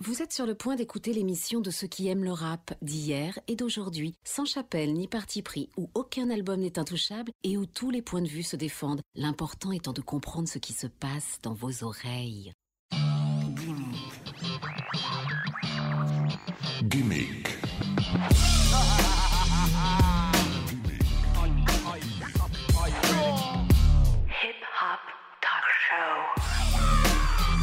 Vous êtes sur le point d'écouter l'émission de ceux qui aiment le rap d'hier et d'aujourd'hui, sans chapelle ni parti pris, où aucun album n'est intouchable et où tous les points de vue se défendent, l'important étant de comprendre ce qui se passe dans vos oreilles. Gimmick. Hip Hop Talk Show.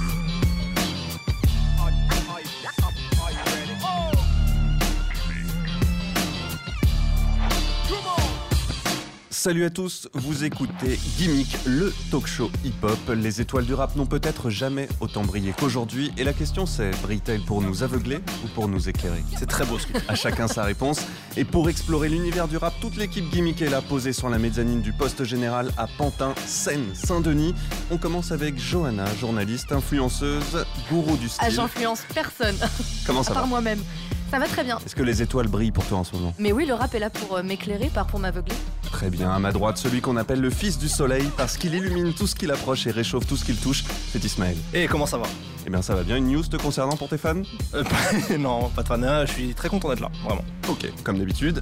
Salut à tous, vous écoutez Gimmick, le talk show hip-hop. Les étoiles du rap n'ont peut-être jamais autant brillé qu'aujourd'hui, et la question c'est brille-t-elle pour nous aveugler ou pour nous éclairer C'est très beau ce que À chacun sa réponse. Et pour explorer l'univers du rap, toute l'équipe Gimmick est là, posée sur la mezzanine du poste général à Pantin, Seine, Saint-Denis. On commence avec Johanna, journaliste, influenceuse, gourou du Ah, style. j'influence personne, Comment ça à part va moi-même. Ça va très bien. Est-ce que les étoiles brillent pour toi en ce moment Mais oui, le rap est là pour euh, m'éclairer, pas pour m'aveugler. Très bien, à ma droite, celui qu'on appelle le fils du soleil parce qu'il illumine tout ce qu'il approche et réchauffe tout ce qu'il touche, c'est Ismaël. Et comment ça va Eh bien, ça va bien, une news te concernant pour tes fans Euh, pas- Non, pas de fan, je suis très content d'être là, vraiment. Ok, comme d'habitude.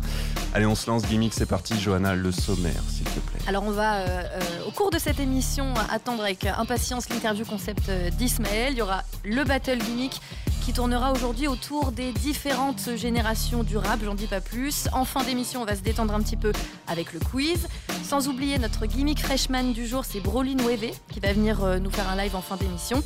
Allez, on se lance, gimmick, c'est parti. Johanna, le sommaire, s'il te plaît. Alors on va, euh, euh, au cours de cette émission, attendre avec impatience l'interview concept euh, d'Ismaël. Il y aura le battle gimmick qui tournera aujourd'hui autour des différentes générations du rap, j'en dis pas plus. En fin d'émission, on va se détendre un petit peu avec le quiz. Sans oublier notre gimmick freshman du jour, c'est Broly Nueve, qui va venir euh, nous faire un live en fin d'émission.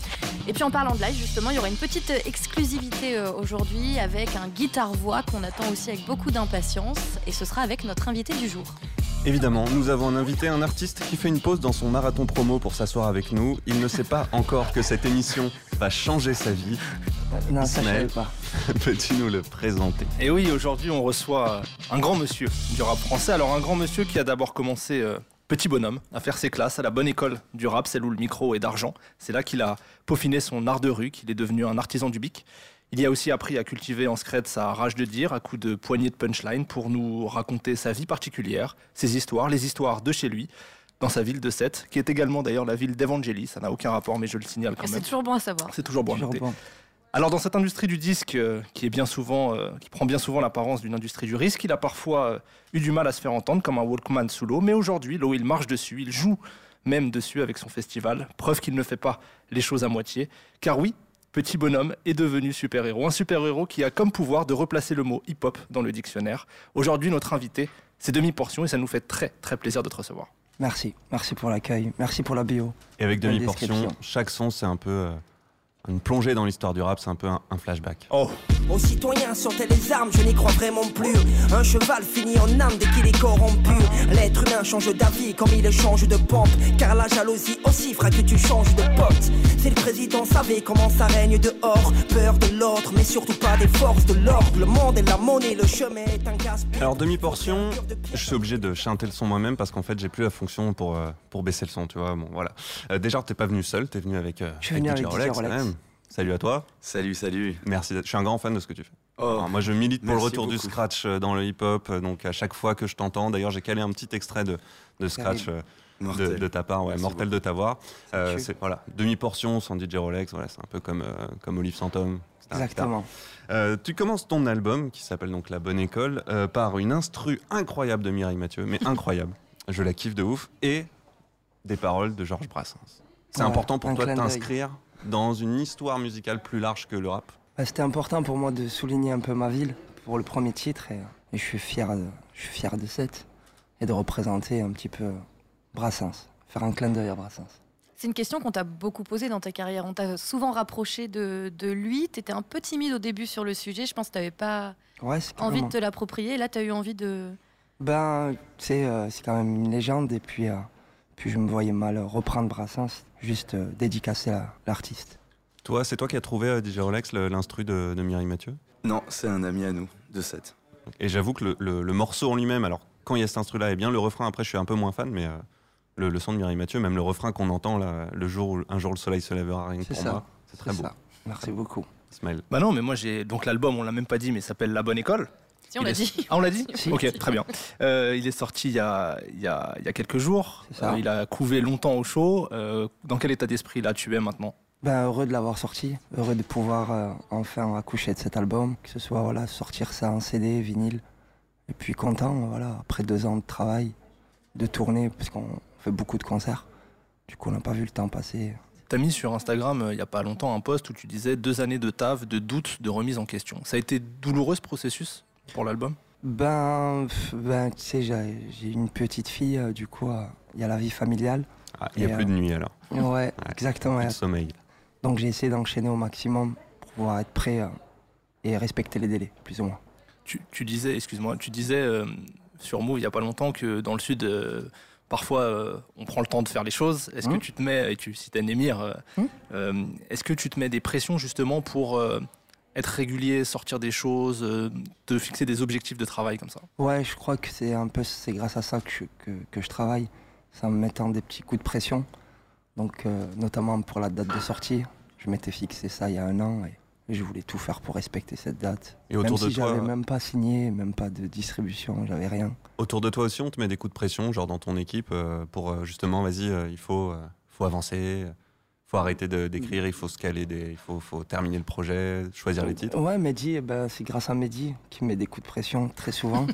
Et puis en parlant de live, justement, il y aura une petite euh, exclusivité euh, aujourd'hui avec un guitare-voix qu'on attend aussi avec beaucoup d'impatience. Et ce sera avec notre invité du jour. Évidemment, nous avons un invité, un artiste qui fait une pause dans son marathon promo pour s'asseoir avec nous. Il ne sait pas encore que cette émission va changer sa vie. Non, ça je Ismaël. savais pas. Peux-tu nous le présenter Et oui, aujourd'hui on reçoit euh, un grand monsieur du rap français. Alors un grand monsieur qui a d'abord commencé euh, petit bonhomme à faire ses classes à la bonne école du rap, celle où le micro est d'argent. C'est là qu'il a peaufiné son art de rue, qu'il est devenu un artisan du bic. Il y a aussi appris à cultiver en secret sa rage de dire à coups de poignées de punchline pour nous raconter sa vie particulière, ses histoires, les histoires de chez lui, dans sa ville de Sète, qui est également d'ailleurs la ville d'Evangélie. Ça n'a aucun rapport, Ah, mais je le signale quand C'est même. toujours bon à savoir. C'est toujours bon. à Je noter. reprends. Alors dans cette industrie du disque, euh, qui est bien souvent, euh, qui prend bien souvent l'apparence d'une industrie du risque, il a parfois euh, eu du mal à se faire entendre comme un Walkman sous l'eau. Mais aujourd'hui, l'eau, il marche dessus, il joue même dessus avec son festival. Preuve qu'il ne fait pas les choses à moitié. Car oui, petit bonhomme est devenu super héros, un super héros qui a comme pouvoir de replacer le mot hip hop dans le dictionnaire. Aujourd'hui, notre invité, c'est demi portion et ça nous fait très très plaisir de te recevoir. Merci, merci pour l'accueil, merci pour la bio. Et avec Dans la demi-portion, description. chaque son, c'est un peu euh, une plongée dans l'histoire du rap, c'est un peu un, un flashback. Oh, Aux citoyens, sortez les armes, je n'y crois vraiment plus. Un cheval finit en âme dès qu'il est corrompu. L'être humain change d'avis comme il change de pompe. Car la jalousie aussi fera que tu changes de pote. Si le président savait comment ça règne dehors, peur de l'autre, mais surtout pas des forces de l'ordre. Le monde est la monnaie, le chemin est un gaspillage. Alors, demi-portion, je suis obligé de chanter le son moi-même parce qu'en fait, j'ai plus la fonction pour, euh, pour baisser le son, tu vois. Bon, voilà. Euh, déjà, t'es pas venu seul, t'es venu avec, euh, Je suis venu avec DJ DJ Rolex. quand même. Salut à toi. Salut, salut. Merci. d'être- Je suis un grand fan de ce que tu fais. Oh, Alors, moi, je milite pour le merci retour du beaucoup. scratch euh, dans le hip-hop. euh, Donc, à chaque fois que je t'entends, d'ailleurs, j'ai calé un petit extrait de, de scratch euh, mortel. de, de ta part. Ouais, Merci mortel de t'avoir. Euh, tue. c'est- voilà, demi-portion sans DJ Rolex. Voilà, c'est un peu comme, euh, comme Olive Santom. etc., etc. Exactement. Euh, tu commences ton album, qui s'appelle donc La Bonne École, euh, par une instru incroyable de Mireille Mathieu, mais incroyable. Je la kiffe de ouf. Et des paroles de Georges Brassens. C'est Ouais, important pour un toi de clin d'œil. t'inscrire dans une histoire musicale plus large que le rap. Bah, C'était important pour moi de souligner un peu ma ville pour le premier titre et, et je suis fier de, je suis fier de cette et de représenter un petit peu Brassens, faire un clin d'œil à Brassens. C'est une question qu'on t'a beaucoup posée dans ta carrière. On t'a souvent rapproché de, de lui. Tu étais un peu timide au début sur le sujet. Je pense que tu n'avais pas Ouais, c'est envie carrément- de te l'approprier. Là, tu as eu envie de. Ben, tu sais, euh, c'est quand même une légende et puis, euh, puis je me voyais mal euh, reprendre Brassens, juste euh, dédicacer à l'artiste. Toi, c'est toi qui as trouvé euh, DJ Rolex le- l'instru de, de Mireille Mathieu. Non, c'est un ami à nous, de 7. Et j'avoue que le, le- le morceau en lui-même, alors quand il y a cet instru-là, eh bien le refrain après, je suis un peu moins fan, mais euh, le, le son de Mireille Mathieu, même le refrain qu'on entend là, le jour où un jour le soleil se lèvera, rien que C'est pour ça. moi, c'est très C'est beau. ça. Merci beaucoup. Smile. bah non, mais moi j'ai donc l'album, on l'a même pas dit, mais il s'appelle La Bonne École. Si, on Il l'a est- dit. Ah, on l'a dit Si. Ok, très bien. Euh, il est sorti il y a, il y a, il y a quelques jours. C'est ça. Euh, il a couvé longtemps au chaud. Euh, dans quel état d'esprit là tu es maintenant Ben, heureux de l'avoir sorti, heureux de pouvoir euh, enfin accoucher de cet album, que ce soit voilà, sortir ça en CD, vinyle, et puis content, voilà, après deux ans de travail, de tournée, parce qu'on fait beaucoup de concerts, du coup on n'a pas vu le temps passer. T'as mis sur Instagram euh, il n'y a pas longtemps un post où tu disais deux années de taf, de doute, de remise en question. Ça a été douloureux ce processus pour l'album Ben, pff, ben tu sais, j'ai j'ai une petite fille, euh, du coup euh, il y a la vie familiale. Ah, il n'y Et, a plus euh, de nuit alors. Ouais, exactement. Plus ouais. de sommeil. Donc j'ai essayé d'enchaîner au maximum pour pouvoir être prêt euh, et respecter les délais, plus ou moins. Tu, tu disais, excuse-moi, tu disais euh, sur Move il n'y a pas longtemps que dans le Sud, euh, parfois, euh, on prend le temps de faire les choses. Est-ce Mhm. que tu te mets, et tu citais Némir, euh, Mhm. euh, est-ce que tu te mets des pressions justement pour euh, être régulier, sortir des choses, euh, te fixer des objectifs de travail comme ça Ouais, je crois que c'est un peu, c'est grâce à ça que je, que, que je travaille, ça en me mettant des petits coups de pression. Donc, euh, notamment pour la date de sortie, je m'étais fixé ça il y a un an et, et je voulais tout faire pour respecter cette date. Et autour même de si toi, euh, j'avais même pas signé, même pas de distribution, j'avais rien. Autour de toi aussi, on te met des coups de pression, genre dans ton équipe, euh, pour euh, justement, vas-y, euh, il faut, euh, faut avancer, euh, faut arrêter de- d'écrire, il faut se caler, des, il faut, faut terminer le projet, choisir les titres. Ouais, Mehdi, eh ben, c'est grâce à Mehdi qui met des coups de pression très souvent.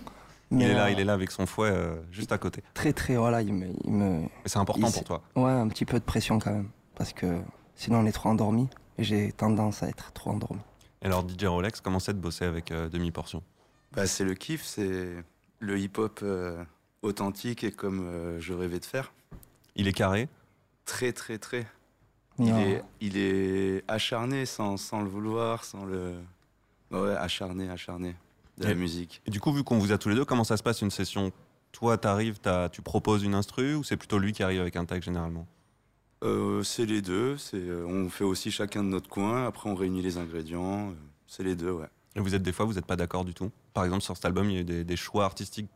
Il est là, euh, il est là avec son fouet euh, juste à côté. Très, très, voilà, il me- il me, Et c'est important il- pour toi. Ouais, un petit peu de pression quand même. Parce que sinon on est trop endormi. Et j'ai tendance à être trop endormi. Et alors DJ Rolex, comment c'est de bosser avec euh, demi-portion Bah, c'est le kiff, c'est le hip-hop euh, authentique et comme euh, je rêvais de faire. Il est carré, Très, très, très. Il Non. est, il est acharné sans, sans le vouloir, sans le. Ouais, acharné, acharné. De la Et- musique. Et du coup, vu qu'on vous a tous les deux, comment ça se passe une session Toi, t'arrives, t'as- tu proposes une instru ou c'est plutôt lui qui arrive avec un tag généralement Euh, c'est les deux. c'est, euh, on fait aussi chacun de notre coin. Après, on réunit les ingrédients. euh, C'est les deux, ouais. Et vous êtes des fois, vous n'êtes pas d'accord du tout Par exemple, sur cet album, il y a eu des, des choix artistiques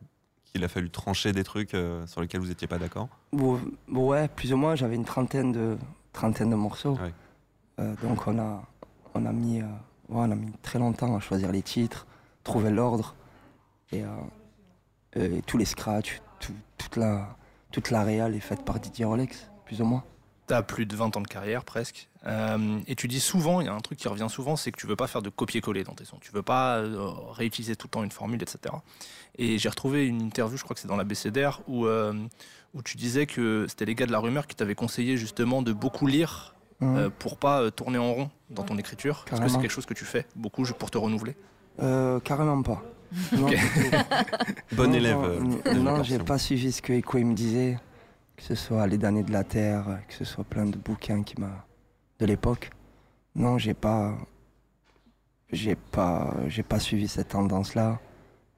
qu'il a fallu trancher des trucs euh, sur lesquels vous n'étiez pas d'accord. Bon, bon, ouais, plus ou moins, j'avais une trentaine de, trentaine de morceaux. Ouais. Euh, donc on a, on, a mis, euh, ouais, on a mis très longtemps à choisir les titres, trouver l'ordre. Et, euh, et tous les scratchs, tout- toute la, toute la réal est faite par Didier Rolex, plus ou moins. T'as plus de 20 ans de carrière presque. Euh, et tu dis souvent, il y a un truc qui revient souvent, c'est que tu veux pas faire de copier-coller dans tes sons. Tu veux pas euh, réutiliser tout le temps une formule, etc. Et j'ai retrouvé une interview, je crois que c'est dans la BCDR, où, euh, où tu disais que c'était les gars de la rumeur qui t'avaient conseillé justement de beaucoup lire Mmh. Hein. euh, pour pas euh, tourner en rond dans ton écriture. Est-ce que c'est Carrément. quelque chose que tu fais beaucoup je- pour te renouveler Euh, carrément pas. Non, Ok. du tout. Bon Non, élève. non, euh, non, Demi Non, Portion. j'ai pas suivi ce que Eko il me disait, que ce soit Les Damnés de la Terre, euh, que ce soit plein de bouquins qui m'a de l'époque. Non, j'ai pas, j'ai pas, j'ai pas suivi cette tendance-là.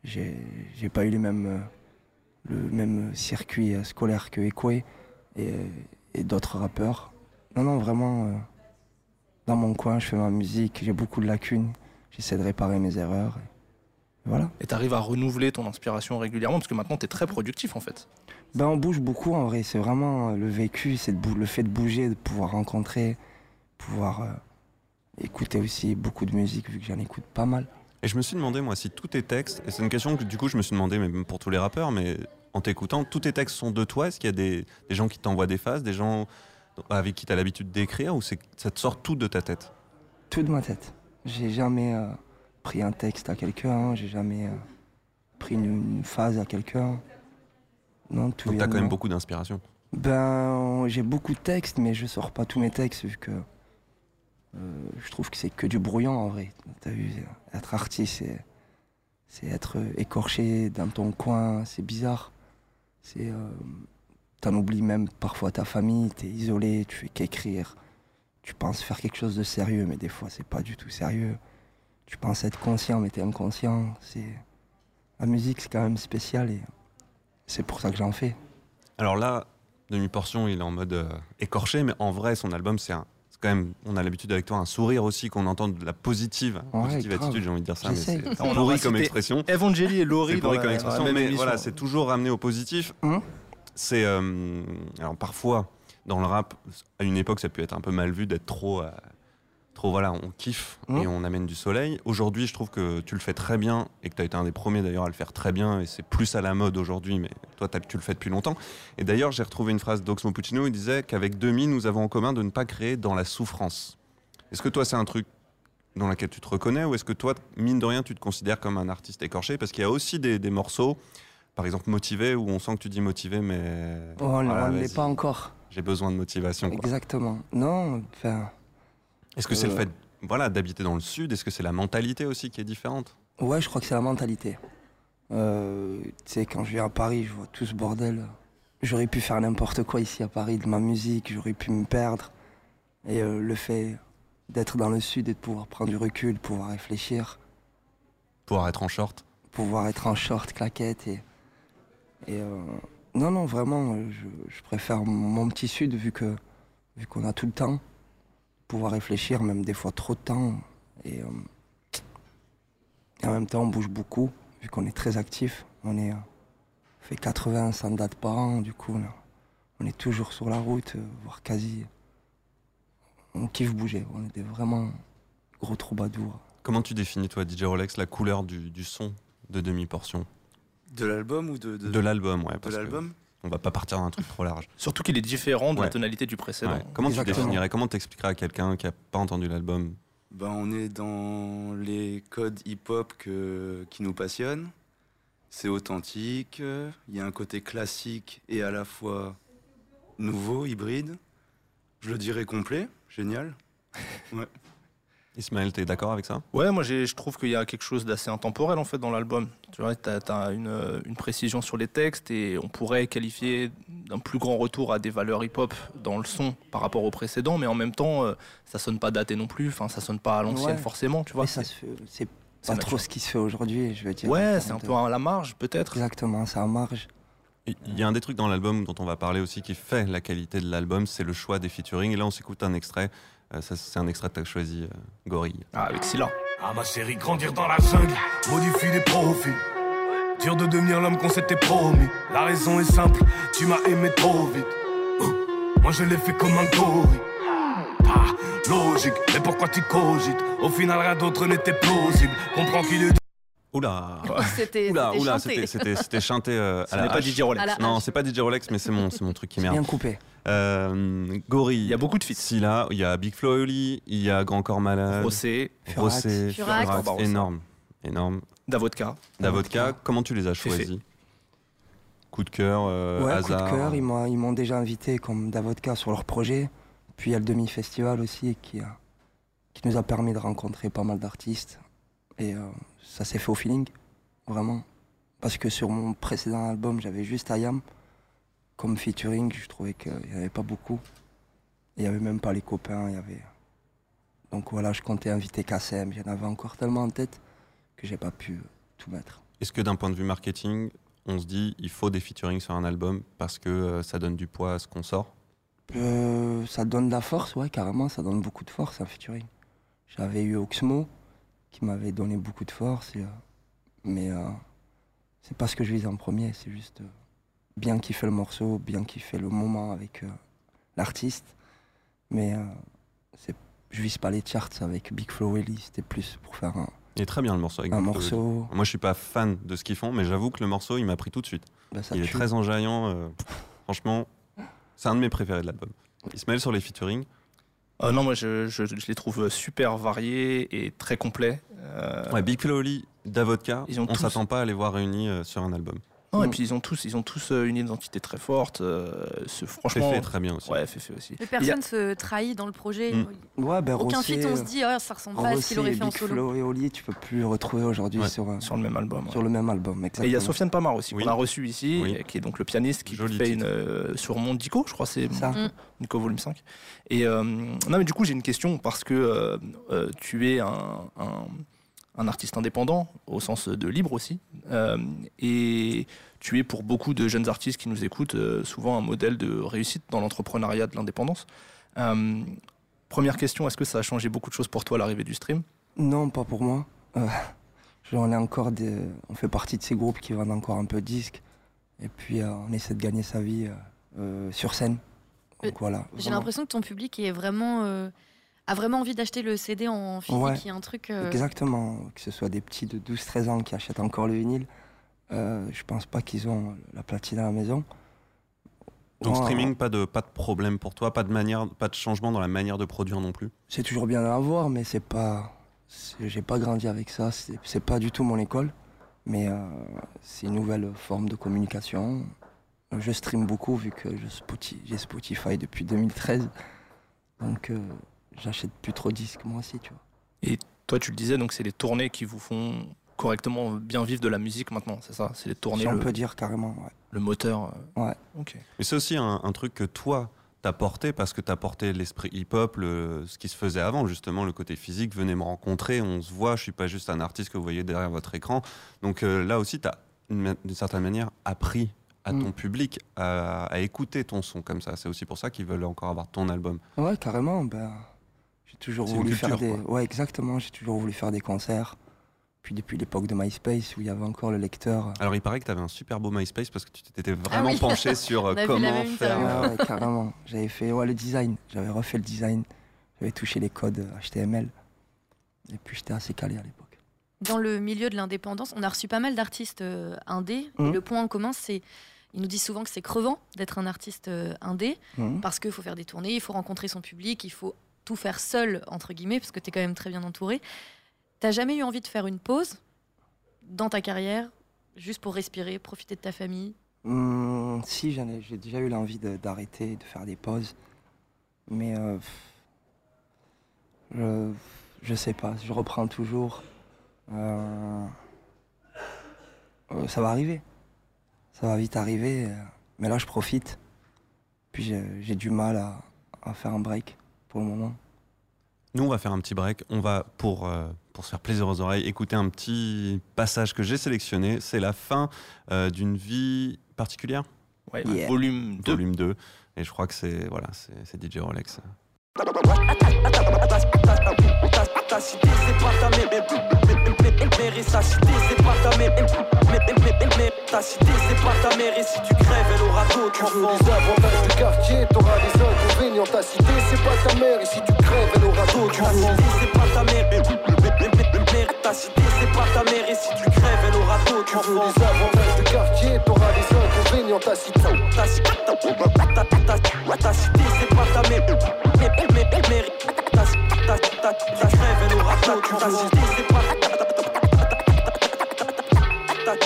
J'ai j'ai pas eu les mêmes, euh, le même circuit euh, scolaire que Eko et, euh, et d'autres rappeurs. Non, non, vraiment, euh, dans mon coin, je fais ma musique, j'ai beaucoup de lacunes, j'essaie de réparer mes erreurs. et voilà. Et t'arrives à renouveler ton inspiration régulièrement parce que maintenant t'es très productif en fait. Ben, on bouge beaucoup en vrai, c'est vraiment euh, le vécu, c'est de bou- le fait de bouger, de pouvoir rencontrer, pouvoir euh, écouter aussi beaucoup de musique vu que j'en écoute pas mal. Et je me suis demandé, moi, si tous tes textes, et c'est une question que du coup je me suis demandé, mais pour tous les rappeurs, mais en t'écoutant, tous tes textes sont de toi Est-ce qu'il y a des, des gens qui t'envoient des phases, des gens avec qui tu as l'habitude d'écrire, ou c'est- ça te sort tout de ta tête Tout de ma tête. J'ai jamais euh, pris un texte à quelqu'un, j'ai jamais euh, pris une, une phase à quelqu'un. Non, tout Donc vient t'as de quand même moi. beaucoup d'inspiration. Ben, j'ai beaucoup de textes, mais je sors pas tous mes textes vu que euh, je trouve que c'est que du brouillon en vrai. T'as vu, être artiste, c'est, c'est être écorché dans ton coin, c'est bizarre. C'est, euh, t'en oublies même parfois ta famille, t'es isolé, tu fais qu'écrire. Tu penses faire quelque chose de sérieux, mais des fois c'est pas du tout sérieux. Tu penses être conscient, mais t'es inconscient. C'est... La musique, c'est quand même spécial et c'est pour ça que j'en fais. Alors là, demi-portion, il est en mode euh, écorché, mais en vrai, son album, c'est un. c'est Quand même, on a l'habitude avec toi un sourire aussi, qu'on entend de la positive, Ouais, positive grave. attitude, j'ai envie de dire ça, mais J'essaye. c'est On c'est aura pourri cité comme expression. Evangeli et C'est Laurie dans pourri comme la- dans la expression, même mais émission. Hein voilà, c'est toujours ramené au positif. Hum. C'est. euh, alors parfois, dans le rap, à une époque, ça peut être un peu mal vu d'être trop. euh, trop voilà, on kiffe Hein Mhm. et on amène du soleil. Aujourd'hui, je trouve que tu le fais très bien et que tu as été un des premiers d'ailleurs à le faire très bien et c'est plus à la mode aujourd'hui, mais toi t'as- tu le fais depuis longtemps. Et d'ailleurs, j'ai retrouvé une phrase d'Oxmo Puccino, il disait qu'avec Demi, nous avons en commun de ne pas créer dans la souffrance. Est-ce que toi c'est un truc dans lequel tu te reconnais ou est-ce que toi, mine de rien, tu te considères comme un artiste écorché Parce qu'il y a aussi des, des morceaux, par exemple motivé, où on sent que tu dis motivé, mais... Oh On ne voilà, l'est Ah, vas-y, pas encore. J'ai besoin de motivation. quoi. Exactement. Non, enfin. Est-ce que c'est le Euh. fait voilà, d'habiter dans le sud Est-ce que c'est la mentalité aussi qui est différente Ouais, je crois que c'est la mentalité. Euh, tu sais, quand je viens à Paris, je vois tout ce bordel. J'aurais pu faire n'importe quoi ici à Paris, de ma musique, j'aurais pu me perdre. Et euh, le fait d'être dans le sud et de pouvoir prendre du recul, de pouvoir réfléchir, Pouvoir être en short pouvoir être en short, claquette et. et, euh, non, non, vraiment, euh, je, je préfère mon- mon petit sud vu que vu qu'on a tout le temps, pouvoir réfléchir, même des fois trop de temps. Et, euh, et en même temps, on bouge beaucoup, vu qu'on est très actif. On est euh, on fait 80, 100 dates par an, hein, du coup, là, on est toujours sur la route, euh, voire quasi. On kiffe bouger, on est des vraiment gros troubadours. Comment tu définis, toi, DJ Rolex, la couleur du, du son de demi-portion De l'album ou de. De, l'album, ouais. De parce que l'album On va pas partir d'un truc trop large. Surtout qu'il est différent de Ouais. la tonalité du précédent. Ouais. Comment tu Exactement. définirais Comment t'expliquerais à quelqu'un qui a pas entendu l'album Ben, on est dans les codes hip-hop que- qui nous passionnent. C'est authentique, euh, il y a un côté classique et à la fois nouveau, hybride. Je le dirais complet, génial. Ismaël, t'es d'accord avec ça Ouais, moi j'ai- je trouve qu'il y a quelque chose d'assez intemporel en fait dans l'album. Tu vois, t'as, t'as une, euh, une précision sur les textes et on pourrait qualifier d'un plus grand retour à des valeurs hip-hop dans le son par rapport au précédent, mais en même temps, euh, ça sonne pas daté non plus. Enfin, ça sonne pas à l'ancienne Ouais. forcément. Tu vois, Mais ça se fait- c'est c'est pas naturel. trop ce qui se fait aujourd'hui, je veux dire. en Ouais, c'est un termes de- peu à la marge peut-être. Exactement, c'est en marge. Il il y a un des trucs dans l'album dont on va parler aussi qui fait la qualité de l'album, c'est le choix des featuring. Et là, on s'écoute un extrait. Euh, ça, c'est un extrait que t'as choisi, euh, Gorille. Ah, avec Scylla. À ma série, grandir dans la jungle, modifie les profils. Dur de devenir l'homme qu'on s'était promis. La raison est simple, tu m'as aimé trop vite. Ouh, Moi je l'ai fait comme un gorille. Pas logique, mais pourquoi tu cogites Au final, rien d'autre n'était plausible. Comprends qu'il est Oula C'était Oula, c'était oula, chanté. Ah c'était- c'était c'était chanté euh, Ce à la n'est pas hache. DJ Rolex. À la Non, hache. c'est pas DJ Rolex, hein. mais c'est mon, c'est mon truc qui C'est merde. bien coupé. Euh, Gorille. Il y a beaucoup de feats. Scylla, il y a Big Flo et Oli, il y a Grand Corps Malade, Rossé, Furax. Rossé, Furax. Furax, Barbarossa. énorme, énorme. Davodka. Davodka, comment tu les as Féfé. choisis Coup de cœur, euh, Ouais, coup hasard. de cœur, ils m'ont, ils m'ont déjà invité comme Davodka sur leur projet. Puis il y a le demi-festival aussi qui, a- qui nous a permis de rencontrer pas mal d'artistes. Et euh, ça s'est fait au feeling, vraiment. Parce que sur mon précédent album, j'avais juste Ayam comme featuring. Je trouvais qu'il n'y en avait pas beaucoup. Il n'y avait même pas les copains. Il y avait... Donc voilà, je comptais inviter Kassem. J'en avais encore tellement en tête que j'ai pas pu euh, tout mettre. Est-ce que d'un point de vue marketing, on se dit il faut des featuring sur un album parce que euh, ça donne du poids à ce qu'on sort Euh, ça donne de la force, ouais, carrément, ça donne beaucoup de force, un featuring. J'avais eu Oxmo, qui m'avait donné beaucoup de force, et, euh, mais euh, c'est pas ce que je vise en premier, c'est juste euh, bien kiffer le morceau, bien kiffer le moment avec euh, l'artiste, mais euh, c'est- je vise pas les charts avec Big Flo et Lee, c'était plus pour faire un, Il est très bien le morceau. Avec un Big Flo et Oli. morceau, Moi, je suis pas fan de ce qu'ils font, mais j'avoue que le morceau, il m'a pris tout de suite. bah, ça il est tue. très enjaillant. euh, franchement, c'est un de mes préférés de l'album. Ismaël sur les featuring. Ah non, moi je, je- je les trouve super variés et très complets. Euh, Ouais, Big Flo et Oli, Davodka, Ils ont on tous- s'attend pas à les voir réunis euh, sur un album. non, et Mm. puis ils ont tous, ils ont tous euh, une identité très forte. euh, ce- franchement, Féfé est très bien aussi. ouais, fait, fait aussi. Mais Il y a- personne se trahit dans le projet. Mm. Ouais, ben, Aucun Rossé, feat, on se dit, Ah, ça ressemble pas à ce Rossé qu'il aurait et fait en Big solo. Flo et Oli, tu peux plus retrouver aujourd'hui Ouais. sur, euh, sur le même album. ouais. sur le même album, exactement. Et il y a Sofiane Pamar aussi, Oui. qu'on a reçu ici, Oui. et qui est donc le pianiste qui Joli fait titre. une euh, sur Mondico, je crois, c'est Ça. Nico Volume 5. Et euh, non, mais du coup, j'ai une question parce que euh, euh, tu es un, un- un artiste indépendant, au sens de libre aussi. euh, et tu es pour beaucoup de jeunes artistes qui nous écoutent, euh, souvent un modèle de réussite dans l'entrepreneuriat de l'indépendance. Euh, première question, est-ce que ça a changé beaucoup de choses pour toi l'arrivée du stream Non, pas pour moi. Euh, je- on, est encore des, on fait partie de ces groupes qui vendent encore un peu de disques. Et puis, euh, on essaie de gagner sa vie euh, euh, sur scène. Donc voilà. J'ai vraiment. l'impression que ton public est vraiment euh, a vraiment envie d'acheter le CD en physique. Ouais. Il y a un truc. euh, Exactement, que ce soit des petits de 12-13 ans qui achètent encore le vinyle, euh, je pense pas qu'ils ont la platine à la maison. Donc Ouais, streaming, pas de, pas de problème pour toi, pas de, manière, pas de changement dans la manière de produire non plus. C'est toujours bien à avoir, mais c'est pas. c'est- J'ai pas grandi avec ça, c'est c'est pas du tout mon école, mais euh, c'est une nouvelle forme de communication. Je stream beaucoup vu que je Spoti- j'ai Spotify depuis 2013, donc euh, j'achète plus trop de disques moi aussi, tu vois. Toi, tu le disais, donc c'est les tournées qui vous font correctement bien vivre de la musique maintenant, c'est ça C'est les tournées, Si on le, peut dire carrément, ouais. le moteur. euh, Ouais. Ok. Mais c'est aussi un, un truc que toi, t'as porté, parce que t'as porté l'esprit hip-hop, le- ce qui se faisait avant, justement, le côté physique. Venez me rencontrer, on se voit, je suis pas juste un artiste que vous voyez derrière votre écran. Donc euh, là aussi, t'as, une ma- d'une certaine manière, appris à ton Mm. public à, à écouter ton son comme ça. C'est aussi pour ça qu'ils veulent encore avoir ton album. Ouais, carrément. Ben, j'ai toujours C'est une voulu faire des. culture, Ouais, exactement. J'ai toujours voulu faire des concerts. Puis depuis l'époque de MySpace où il y avait encore le lecteur. Alors il paraît que t'avais un super beau MySpace parce que tu t'étais vraiment Ah oui. penché sur euh, On a vu la comment même faire. interview. euh, Ah Ouais, ouais, carrément. J'avais fait ouais, le design. J'avais refait le design. J'avais touché les codes HTML. Et puis j'étais assez calé à l'époque. dans le milieu de l'indépendance, on a reçu pas mal d'artistes euh, indés. Et Mhm. le point en commun, c'est. Ils nous disent souvent que c'est crevant d'être un artiste euh, indé Mhm. parce qu'il faut faire des tournées, il faut rencontrer son public, il faut tout faire seul, entre guillemets, parce que tu es quand même très bien entouré. T'as jamais eu envie de faire une pause dans ta carrière, juste pour respirer, profiter de ta famille Hum, si, j'en ai- j'ai déjà eu l'envie de- d'arrêter, de, faire des pauses. Mais euh, pff, je, je sais pas, je reprends toujours. Euh, euh, ça va arriver. Ça va vite arriver. euh, mais là, je profite. Puis j'ai j'ai du mal à, à faire un break pour le moment. Nous, on va faire un petit break. On va, pour, euh, pour se faire plaisir aux oreilles, écouter un petit passage que j'ai sélectionné. C'est la fin euh, d'une vie particulière, Ouais, Yeah. Volume 2. volume 2. Et je crois que c'est voilà, c'est c'est DJ Rolex. Ta cité, c'est pas ta mère, mais- mais- mais- mais- mais- mère et sa cité, c'est pas ta mère, mais- mais- mais- mais- mais- mais- ta cité, c'est pas ta mère, et si tu crèves, elle aura d'autres Tu veux enfants. les avantages du quartier, t'auras les inconvénients. Ta cité, c'est pas ta mère, et si tu crèves, elle aura d'autres Ta enfants. cité, c'est pas ta mère, mais- mais- mais- mais- mais- mère, ta cité, c'est pas ta mère, et si tu crèves, elle aura d'autres Tu veux enfants. les avantages du quartier, t'auras les inconvénients. Ta cité, Ta cité, ta- ta- ta- ta- ta- ta cité, c'est pas ta mère, mais- mais- mais- mais- mère, ta- ta- ta- ta- ta crève, elle aura d'autres Ta cité, c'est pas ta- ta- ta- ta- ta- ta- ta-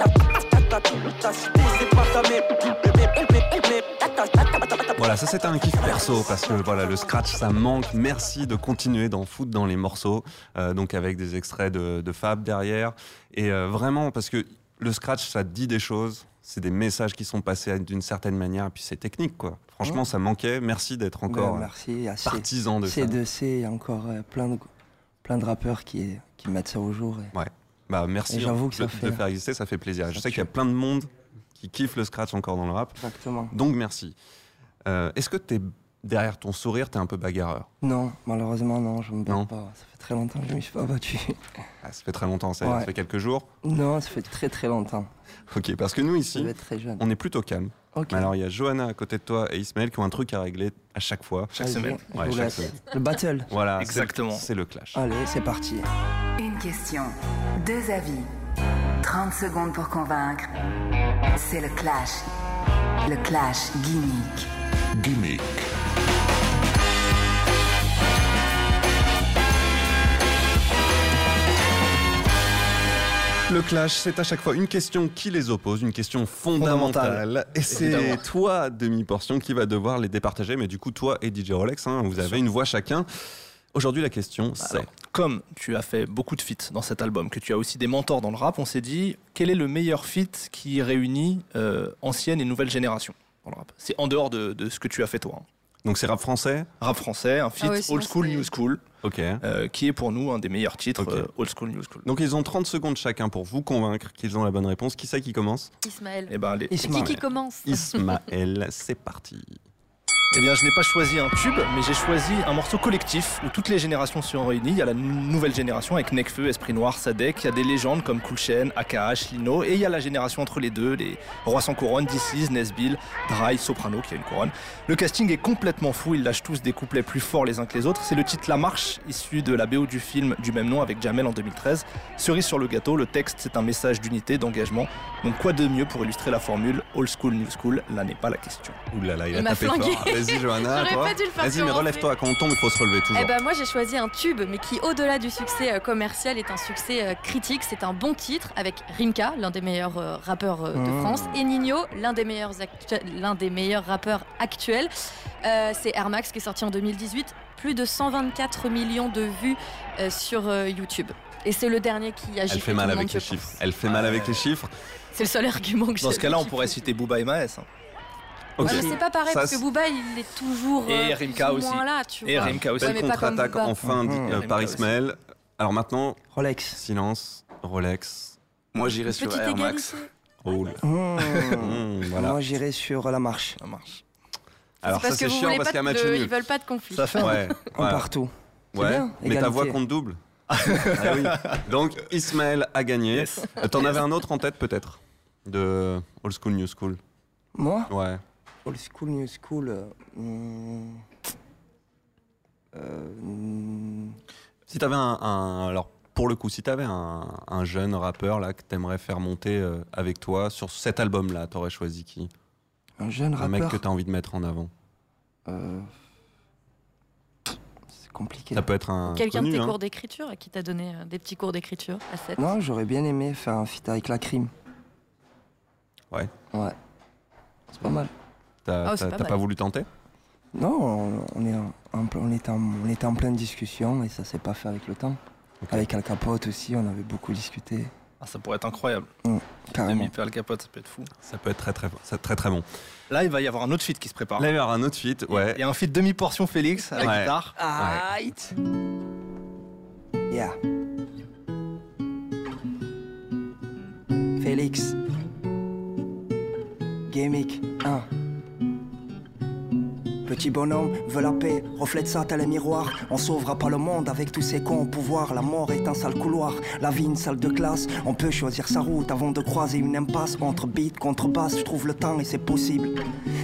ta- ta cité, c'est pas ta mère, mais- mais- mais- mais- mais- ta- ta- ta- ta- ta- Voilà, ça c'est un kiff perso parce que voilà, le scratch ça manque. Merci de continuer d'en foutre dans les morceaux, euh, donc avec des extraits de, de Fab derrière. Et euh, vraiment, parce que le scratch ça dit des choses, c'est des messages qui sont passés d'une certaine manière, et puis c'est technique quoi. Franchement, ça manquait. Merci d'être encore. Mais euh, merci. assez. partisan de ça. C2C, il y a encore euh, plein de, plein de rappeurs qui, qui mettent ça au jour. et- Bah, merci Et j'avoue que de, ça fait- de faire exister, ça fait plaisir. ça je sais qu'il y tue. a plein de monde qui kiffe le scratch encore dans le rap, Exactement. donc merci. Euh, Est-ce que t'es derrière ton sourire, t'es un peu bagarreur Non, malheureusement, non, je me bats Non. pas. Ça fait très longtemps que je me suis pas battu. Ah, Ça fait très longtemps, ça, Ouais. ça fait quelques jours. non, ça fait très très longtemps. Ok, parce que nous Je ici, devais être très jeune. on est plutôt calme. Ok. Mais alors il y a Johanna à côté de toi et Ismaël qui ont un truc à régler à chaque fois. Chaque Allez, semaine. je Ouais, vous chaque laisse. semaine. Le battle. Voilà, c'est- Exactement. C'est le clash. Allez, c'est parti. Une question, deux avis, 30 secondes pour convaincre. C'est le clash. Le clash gimmick. Gimmick. Le clash, c'est à chaque fois une question qui les oppose, une question fondamentale. Et c'est Évidemment. toi, demi-portion, qui va devoir les départager. Mais du coup, toi et DJ Rolex, hein, vous avez une voix chacun. Aujourd'hui, la question, c'est. Bah Alors, comme tu as fait beaucoup de feats dans cet album, que tu as aussi des mentors dans le rap, on s'est dit quel est le meilleur feat qui réunit euh, ancienne et nouvelle génération dans le rap C'est en dehors de, de ce que tu as fait toi. hein. Donc, c'est rap français Rap français, un feat Ah ouais, sinon old school, c'est- new school, Ok. euh, qui est pour nous un des meilleurs titres Ok. euh, old school, new school. Donc, ils ont 30 secondes chacun pour vous convaincre qu'ils ont la bonne réponse. Qui c'est qui commence Ismaël. Et ben, Eh les- Isma. Qui qui commence Ismaël, c'est parti. Eh bien, je n'ai pas choisi un tube, mais j'ai choisi un morceau collectif où toutes les générations sont réunies. Il y a la nou- nouvelle génération avec Necfeu, Esprit Noir, Sadek. Il y a des légendes comme Kulchen, AKH, Lino. Et il y a la génération entre les deux, les Rois sans couronne, DC's, Nesbill, Dry, Soprano qui a une couronne. Le casting est complètement fou. Ils lâchent tous des couplets plus forts les uns que les autres. C'est le titre La Marche, issu de la BO du film du même nom avec Jamel en 2013. Cerise sur le gâteau, le texte c'est un message d'unité, d'engagement. Donc quoi de mieux pour illustrer la formule Old School, New School Là n'est pas la question. Ouh là là, Il a m'a tapé flingué. fort. Vas-y, Johanna, J'aurais toi. pas dû le faire Vas-y, mais commencer. relève-toi. Quand on tombe, il faut se relever toujours. Eh ben moi j'ai choisi un tube, mais qui au-delà du succès euh, commercial est un succès euh, critique. C'est un bon titre avec Rimka, l'un des meilleurs euh, rappeurs euh, de Ah. France, et Nino, l'un des meilleurs actu- l'un des meilleurs rappeurs actuels. Euh, c'est Air Max qui est sorti en 2018, plus de 124 millions de vues euh, sur euh, YouTube. Et c'est le dernier qui a Elle giflé fait tout mal le avec monde, je les pense. chiffres. Elle fait mal avec les chiffres. C'est le seul argument que j'ai. Dans ce cas-là, on pourrait citer Booba et Maes. hein. Ouais, mais c'est pas pareil Ça, parce que c'est- Booba il est toujours euh, Et plus Rimka ou aussi. moins là, tu Et vois. Rimka aussi. Ouais, mais Belle pas comme contre-attaque Booba. enfin dit, Mmh. euh, Mhm. par Rimka aussi. Ismaël. Alors maintenant. Rolex. Silence, Rolex. Moi, j'irai sur Petite Air Max. Oh là. Mmh. Mmh, voilà. Moi, j'irai sur euh, la marche. La marche. Alors ça, parce c'est que vous chiant voulez parce pas qu'il y a de- match de- nul. ils veulent pas de conflit. Ça fait ouais. On ouais. partout. C'est Ouais, bien, mais ta égalité. voix compte double. Ah oui. Donc Ismaël a gagné. Euh, T'en avais un autre en tête peut-être de Old School New School. Moi Ouais. Old school, new school. euh, hmm. Euh, hmm. Si t'avais un, un- alors pour le coup, si t'avais un, un jeune rappeur là que t'aimerais faire monter euh, avec toi sur cet album là, t'aurais choisi qui Un jeune Un mec rappeur que t'as envie de mettre en avant. Euh, C'est compliqué. Ça peut être un Quelqu'un de connu, tes hein. cours d'écriture, à qui t'a donné euh, des petits cours d'écriture à 7 Non, j'aurais bien aimé faire un feat avec la crime. Ouais. Ouais. C'est pas mal. T'as Ah, Oh, c'est t'as- pas t'as mal. pas voulu tenter Non, on, on est en- en ple- on était en, on était en pleine discussion et ça s'est pas fait avec le temps. Avec Al Capote aussi, on avait beaucoup discuté. Ah, ça pourrait être incroyable. Hmm, Même carrément. hyper le capote, ça peut être fou. Ça peut être très très ça- très très bon. Là, il va y avoir un autre feat qui se Ah. prépare. Là il y aura un autre feat, ouais. Il y a un feat demi-portion Félix avec Ouais. guitare. Aït. Yeah. Félix. Gimmick 1. Petit bonhomme veut la paix, reflète ça tel un miroir. On sauvera pas le monde avec tous ces cons au pouvoir. La mort est un sale couloir, la vie une salle de classe. On peut choisir sa route avant de croiser une impasse entre beat, contrebasse. Je trouve le temps et c'est possible.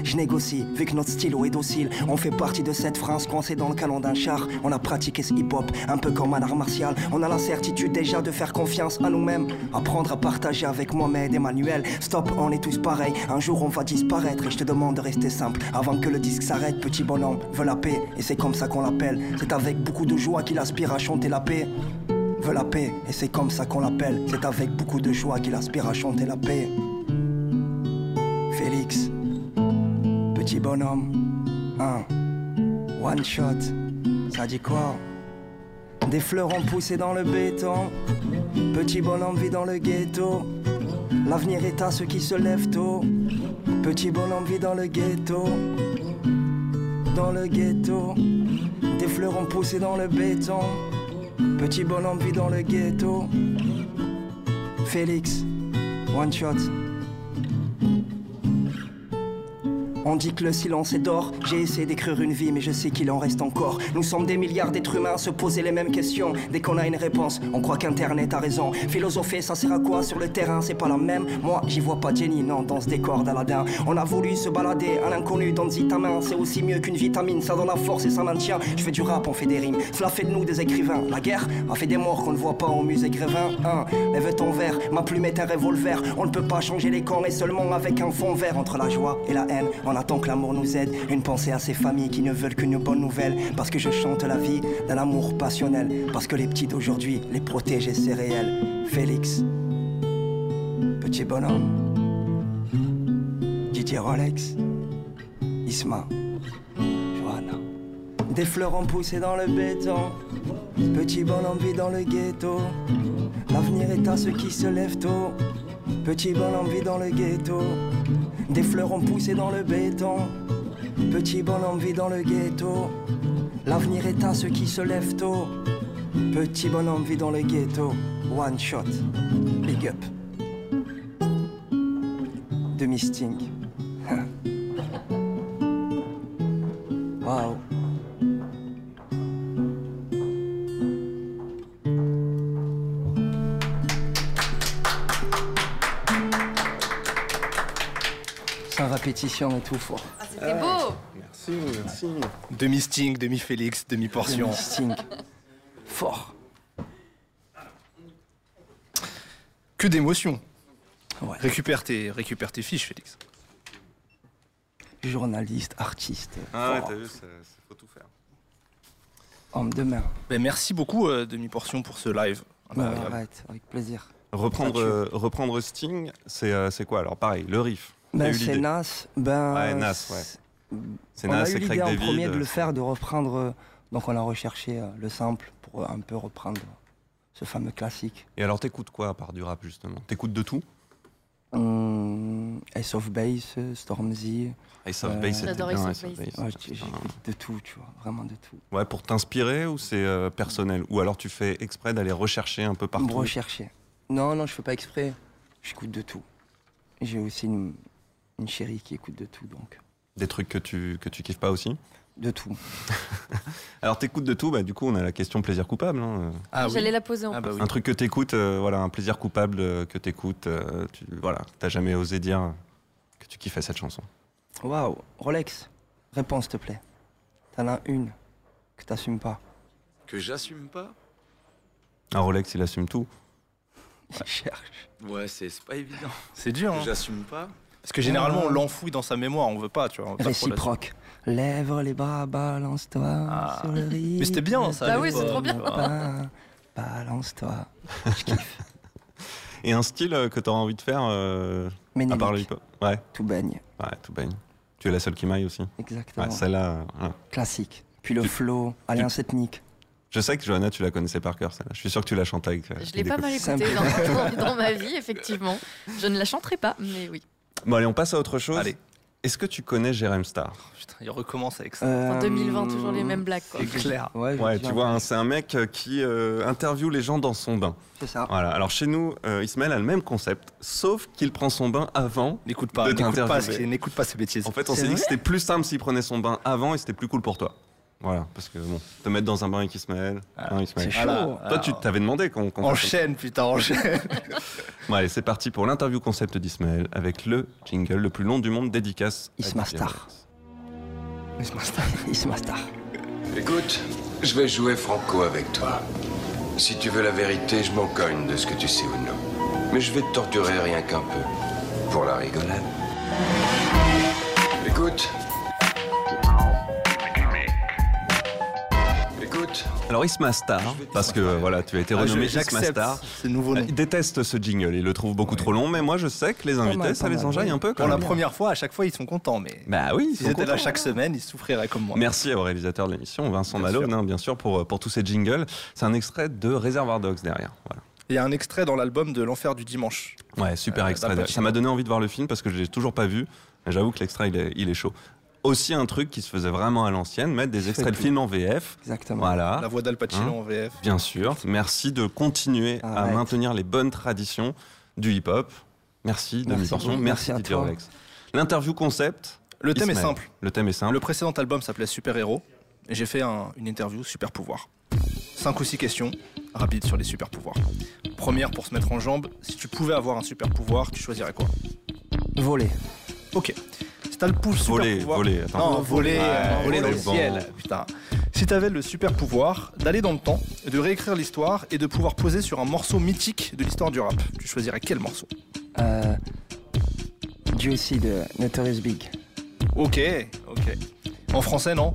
Je négocie, vu que notre stylo est docile. On fait partie de cette France coincée dans le canon d'un char. On a pratiqué ce hip-hop, un peu comme un art martial. On a la certitude déjà de faire confiance à nous-mêmes. Apprendre à partager avec Mohamed, Emmanuel. Stop, on est tous pareils. Un jour on va disparaître et je te demande de rester simple. Avant que le disque s'arrête, petit bonhomme veut la paix. Et c'est comme ça qu'on l'appelle. C'est avec beaucoup de joie qu'il aspire à chanter la paix. Veut la paix, et c'est comme ça qu'on l'appelle. C'est avec beaucoup de joie qu'il aspire à chanter la paix. Félix, petit bonhomme, un one shot, ça dit quoi Des fleurs ont poussé dans le béton, petit bonhomme vit dans le ghetto. L'avenir est à ceux qui se lèvent tôt, petit bonhomme vit dans le ghetto, dans le ghetto. Des fleurs ont poussé dans le béton, petit bonhomme vit dans le ghetto. Félix, one shot. On dit que le silence est d'or. J'ai essayé d'écrire une vie, mais je sais qu'il en reste encore. Nous sommes des milliards d'êtres humains à se poser les mêmes questions. Dès qu'on a une réponse, on croit qu'Internet a raison. Philosopher, ça sert à quoi sur le terrain C'est pas la même. Moi, j'y vois pas Jenny, non, dans ce décor d'Aladin. On a voulu se balader à l'inconnu dans des main. C'est aussi mieux qu'une vitamine, ça donne la force et ça maintient. Je fais du rap, on fait des rimes. Cela fait de nous des écrivains. La guerre a fait des morts qu'on ne voit pas au musée Grévin. 1. Lève ton verre, ma plume est un revolver. On ne peut pas changer les corps, mais seulement avec un fond vert entre la joie et la haine. On attend que l'amour nous aide. Une pensée à ces familles qui ne veulent qu'une bonne nouvelle. Parce que je chante la vie d'un amour passionnel. Parce que les petits d'aujourd'hui les protègent et c'est réel. Félix, petit bonhomme, Didier Rolex, Isma, Johanna. Des fleurs ont poussé dans le béton. Petit bonhomme vit dans le ghetto. L'avenir est à ceux qui se lèvent tôt. Petit bonhomme vit dans le ghetto. Des fleurs ont poussé dans le béton. Petit bonhomme vit dans le ghetto. L'avenir est à ceux qui se lèvent tôt. Petit bonhomme vit dans le ghetto. One shot. Big up. Demi-sting. Waouh. Sans répétition et tout fort. C'était beau Merci, merci. Demi-sting, demi-félix, demi-portion. Demi-sting. Fort. Que d'émotions. Ouais. Récupère, tes, récupère tes fiches, Félix. Journaliste, artiste. Ah ouais, fort. t'as vu, ça, ça faut tout faire. Homme de main. Ben, merci beaucoup, euh, demi-portion, pour ce live. Ah, Ouais, Euh, arrête, avec plaisir. Reprendre, euh, reprendre Sting, c'est euh, c'est quoi Alors pareil, le riff. T'as Ben, eu c'est l'idée. Nas. Ben, Ouais, Nas, ouais. C'est on Nas, a c'est eu Craig l'idée en David. premier de le faire, de reprendre. euh, donc on a recherché euh, le sample pour euh, un peu reprendre ce fameux classique. Et alors t'écoutes quoi à part du rap justement T'écoutes de tout Hum, Ace of Base, euh, Stormzy. Ace of Base, c'était J'adore bien, Ace of Base. Euh, Ouais, j'ai- j'écoute de tout, tu vois, vraiment de tout. Ouais, pour t'inspirer ou c'est euh, personnel Ou alors tu fais exprès d'aller rechercher un peu partout Me rechercher. Non, non, je fais pas exprès. J'écoute de tout. J'ai aussi une, une chérie qui écoute de tout, donc Des trucs que tu, que tu kiffes pas aussi de tout. Alors t'écoutes de tout, bah du coup on a la question plaisir coupable. hein. Ah J'allais la poser en Ah bah oui. Un truc que t'écoutes, euh, voilà, un plaisir coupable euh, que t'écoutes, euh, tu, voilà, que t'as jamais osé dire que tu kiffais cette chanson. Waouh, Rolex, réponse s'il te plaît. T'en as une que t'assumes pas. Que j'assume pas Un Rolex, il assume tout. Je cherche. Ouais, c'est c'est pas évident. C'est dur, Que hein. j'assume pas Parce que généralement, on l'enfouit dans sa mémoire, on veut pas, tu vois. on veut pas trop la- Réciproque. Lèvres les bras, balance-toi Ah. sur le riz. Mais c'était bien, ça. à Bah oui, l'époque. c'est trop bien. Balance-toi. Je kiffe. Et un style euh, que t'auras envie de faire euh, à part le Ménélique, hip-hop Ouais, tout baigne. ouais, tout baigne. Tu es la seule qui m'aille aussi. Exactement. Ouais, celle-là. euh, voilà. Classique. Puis le flow, alliance ethnique. Je sais que Johanna, tu la connaissais par cœur, celle-là. Je suis sûr que tu la chantais avec. euh, Je avec l'ai des pas mal copines. écoutée dans, dans ma vie, effectivement. Je ne la chanterai pas, mais oui. Bon, allez, on passe à autre chose. Allez. Est-ce que tu connais Jérém Star Putain, il recommence avec ça. Euh, En 2020, toujours les mêmes blagues, quoi. C'est clair. Ouais, je Ouais, veux dire, tu vois, hein, c'est un mec euh, qui euh, interviewe les gens dans son bain. C'est ça. Voilà. Alors chez nous, euh, Ismaël a le même concept, sauf qu'il prend son bain avant. N'écoute pas, De n'écoute pas, t'interviewer. ce- n'écoute pas ces bêtises. En fait, on C'est s'est dit que vrai c'était plus simple s'il prenait son bain avant et c'était plus cool pour toi. Voilà, parce que bon, te mettre dans un bain avec Ismaël. hein, Ismaël. Ah, C'est Ah. chaud. Voilà. Toi, tu t'avais demandé qu'on. qu'on fasse ça. Enchaîne, putain, enchaîne. Bon, allez, c'est parti pour l'interview concept d'Ismaël avec le jingle le plus long du monde dédicace. à Isma Didier Rollins. Star. Isma Star. Écoute, je vais jouer franco avec toi. Si tu veux la vérité, je m'en cogne de ce que tu sais ou non. Mais je vais te torturer rien qu'un peu. Pour la rigolade. Écoute. Écoute. Alors Isma Star, parce que euh, voilà, tu as été Ah, renommé je- Isma J'accepte Star. ce nouveau Euh, nom. Ils détestent ce jingle, ils le trouvent beaucoup trop long, mais moi je sais que les invités, mal, ça pas les mal, enjaille ouais. un peu quand Pour la même. première fois, à chaque fois, ils sont contents, mais Bah oui, Ah, ils s'ils sont étaient là contents. chaque semaine, ils souffriraient comme moi. Merci au réalisateur de l'émission, Vincent Bien Malone, sûr. hein, bien sûr, pour, euh, pour tous ces jingles. C'est un extrait de Reservoir Dogs derrière. Voilà. Il y a un extrait dans l'album de L'Enfer du Dimanche. Ouais, super Euh, extrait. d'Al Ça Pacino. m'a donné envie de voir le film parce que je l'ai toujours pas vu. Mais J'avoue que l'extrait, il est, il est chaud. Aussi un truc qui se faisait vraiment à l'ancienne, mettre des extraits de plus. films en VF. Exactement. Voilà. La voix d'Al Pacino Hein en VF. Bien sûr. Merci de continuer à Arrête. maintenir les bonnes traditions du hip-hop. Merci, Merci Demi Portion. beaucoup. Merci, Merci à Didier toi. Rolex. L'interview concept. Le thème est Ismaël. simple. Le thème est simple. Le précédent album s'appelait Super Héros. Et j'ai fait un- une interview Super Pouvoir. Cinq ou six questions rapides sur les super pouvoirs. Première pour se mettre en jambe, si tu pouvais avoir un super pouvoir, tu choisirais quoi Voler. Ok. Si t'as le pou- super Voler, pouvoir. voler, attends. Non, voler, euh, Ouais, voler dans le bon. ciel. Putain. Si t'avais le super pouvoir d'aller dans le temps, de réécrire l'histoire et de pouvoir poser sur un morceau mythique de l'histoire du rap, tu choisirais quel morceau Euh, Juicy de Notorious Big. Ok, ok. En français, non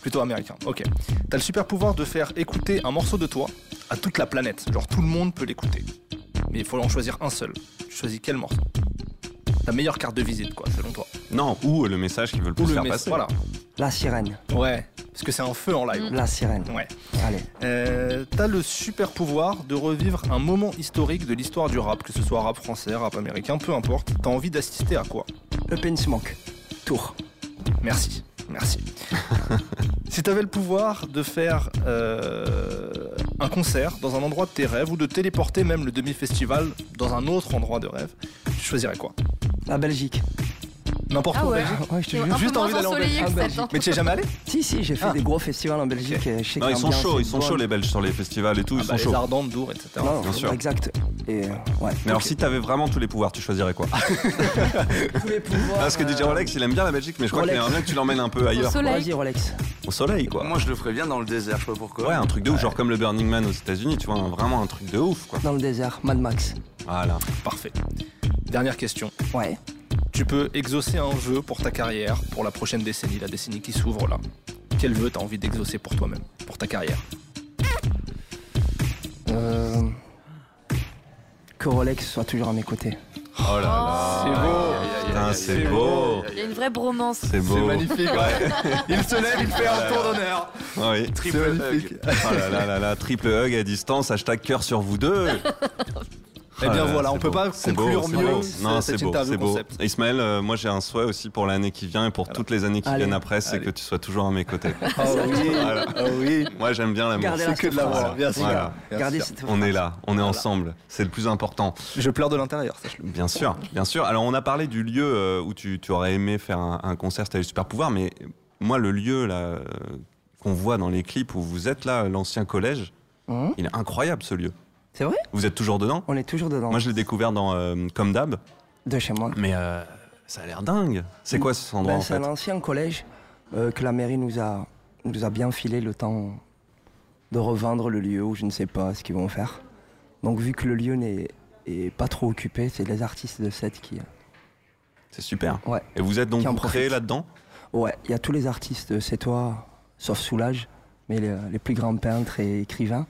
Plutôt américain. Ok. T'as le super pouvoir de faire écouter un morceau de toi à toute la planète. Genre tout le monde peut l'écouter. Mais il faut en choisir un seul. Tu choisis quel morceau Ta meilleure carte de visite, quoi, selon toi. Non, ou le message qu'ils veulent plus faire mes- passer. Voilà. La sirène. Ouais. Parce que c'est un feu en live. La sirène. Ouais. Allez. Euh, T'as le super pouvoir de revivre un moment historique de l'histoire du rap, que ce soit rap français, rap américain, peu importe. T'as envie d'assister à quoi Open Smoke. Tour. Merci, merci. si t'avais le pouvoir de faire euh, un concert dans un endroit de tes rêves ou de téléporter même le demi-festival dans un autre endroit de rêve, tu choisirais quoi La Belgique. N'importe Ah où. en ouais. Belgique. Ouais, je te jure. Juste envie d'aller en ensoleillé Belgique. que hein. ça, attends. Mais tu es jamais allé Ah Si, si, j'ai fait des gros festivals en Belgique. et je sais Ah. Non, que ils sont l'ambiance chauds, est ils sont bonne. chauds les Belges sur les festivals et tout, Ah ils sont bah, les chauds. Ardentes, Dour, etc. Non, Bien sûr. Exact. Et euh, ouais. Mais alors, si t'avais vraiment tous les pouvoirs, tu choisirais quoi Parce que euh, DJ Rolex, il aime bien la Belgique, mais je crois qu'il Rolex. aimerait bien que tu l'emmènes un peu ailleurs. quoi. Vas-y, Rolex. Au soleil, quoi. Moi, je le ferais bien dans le désert, je sais pas pourquoi. Ouais, un truc de ouf, genre comme le Burning Man aux États-Unis, tu vois, un- vraiment un truc de ouf, quoi. Dans le désert, Mad Max. Voilà. Parfait. Dernière question. Ouais. Tu peux exaucer un vœu pour ta carrière, pour la prochaine décennie, la décennie qui s'ouvre là. Quel vœu t'as envie d'exaucer pour toi-même, pour ta carrière Euh, que Rolex soit toujours à mes côtés. Oh là là. C'est Oh. beau. Putain, c'est beau. Il y a une vraie bromance. C'est beau. Ouais. Il se lève, il fait un tour d'honneur. Ah Oui. Triple hug. Oh là là là là, triple hug à distance, hashtag cœur sur vous deux. Eh bien Ah, voilà, on c'est peut beau. pas C'est conclure beau, c'est mieux beau. cette Non, c'est beau, interview c'est beau. concept. Ismaël, euh, moi j'ai un souhait aussi pour l'année qui vient et pour toutes les années qui Allez. viennent après, c'est que tu sois toujours à mes côtés. Ah oui, ah oui. Moi j'aime bien l'amour. Gardez-la, C'est que cette de l'amour, phrase. bien sûr. Voilà. Gardez cette On phrase. est là, on est ensemble, c'est le plus important. Je pleure de l'intérieur, sache-le. Bien sûr, bien sûr. Alors on a parlé du lieu euh, où tu, tu aurais aimé faire un, un concert, c'était le super pouvoir, mais moi le lieu là euh, qu'on voit dans les clips où vous êtes là, l'ancien collège, Mmh. Mhm. il est incroyable ce lieu. C'est vrai Vous êtes toujours dedans On est toujours dedans. Moi je l'ai découvert dans euh, Comme d'hab. De chez moi. Mais euh, ça a l'air dingue. C'est quoi cet endroit Ben, en C'est fait un ancien collège euh, que la mairie nous a, nous a bien filé le temps de revendre le lieu ou je ne sais pas ce qu'ils vont faire. Donc vu que le lieu n'est est pas trop occupé, c'est les artistes de 7 qui... C'est super. Ouais. Et vous êtes donc Qui en vous profite. créez là-dedans Ouais, il y a tous les artistes, c'est toi, sauf Soulage, mais les, les plus grands peintres et écrivains,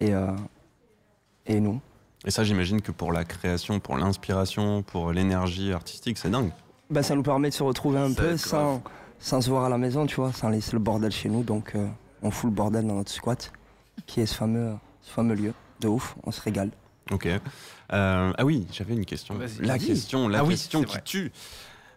et, euh, et nous. Et ça j'imagine que pour la création, pour l'inspiration, pour l'énergie artistique, c'est dingue. Ben, ça nous permet de se retrouver un Ça va peu être sans, sans se voir à la maison, tu vois, sans laisser le bordel chez nous. Donc, euh, on fout le bordel dans notre squat, qui est ce fameux, ce fameux lieu. De ouf, on se régale. Ok. Euh, ah oui, j'avais une question. Vas-y. La Vas-y. question, la Ah oui, question c'est qui vrai. tue.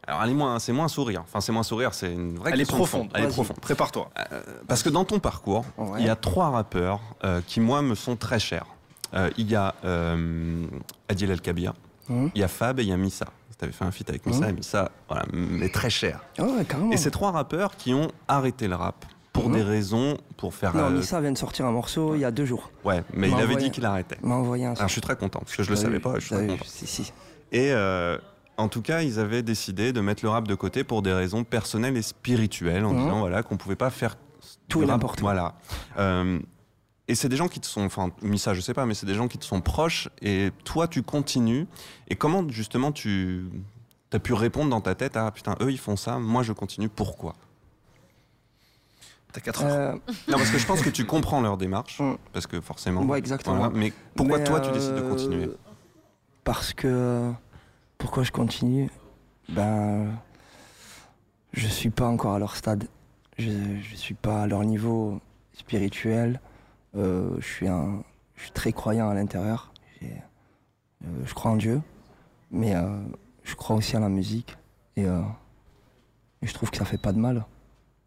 Alors, allez, moi, c'est moins un sourire. Enfin, c'est moins un sourire, c'est une vraie Elle est question de fond. profonde. Elle est Vas-y, profonde. Prépare-toi. Euh, Parce que dans ton parcours, il y a trois rappeurs euh, qui, moi, me sont très chers. Euh, il y a euh, Adil El Kabir, Mhm. il y a Fab et il y a Missa. Tu avais fait un feat avec Missa Mhm. et Missa, voilà, m'est très cher. Ah ouais, carrément. Et ces trois rappeurs qui ont arrêté le rap pour Mhm. des raisons, pour faire. Non, euh, Missa vient de sortir un morceau il y a deux jours. Ouais, mais il M'a avait envoyé- dit qu'il arrêtait. m'a envoyé un Alors, Ah, je suis très content, parce que je le T'as savais vu, pas, je suis t'as très vu, content. Si, si. Et euh, en tout cas, ils avaient décidé de mettre le rap de côté pour des raisons personnelles et spirituelles, en Mhm. disant voilà qu'on pouvait pas faire Tout du et rap. n'importe Voilà. Euh, et c'est des gens qui te sont, enfin, Missa, je sais pas, mais c'est des gens qui te sont proches. Et toi, tu continues. Et comment justement tu as pu répondre dans ta tête ah putain eux ils font ça, moi je continue. Pourquoi T'as Euh, 4 heures. Non parce que je pense que tu comprends leur démarche, parce que forcément. Mm. Ouais, exactement. voilà. Mais pourquoi Mais, toi tu décides de euh, continuer Parce que. Pourquoi je continue Ben. Je suis pas encore à leur stade. Je, je suis pas à leur niveau spirituel. Euh, je, suis un, je suis très croyant à l'intérieur. J'ai- euh, je crois en Dieu. Mais euh, je crois aussi à la musique. Et, euh, et je trouve que ça fait pas de mal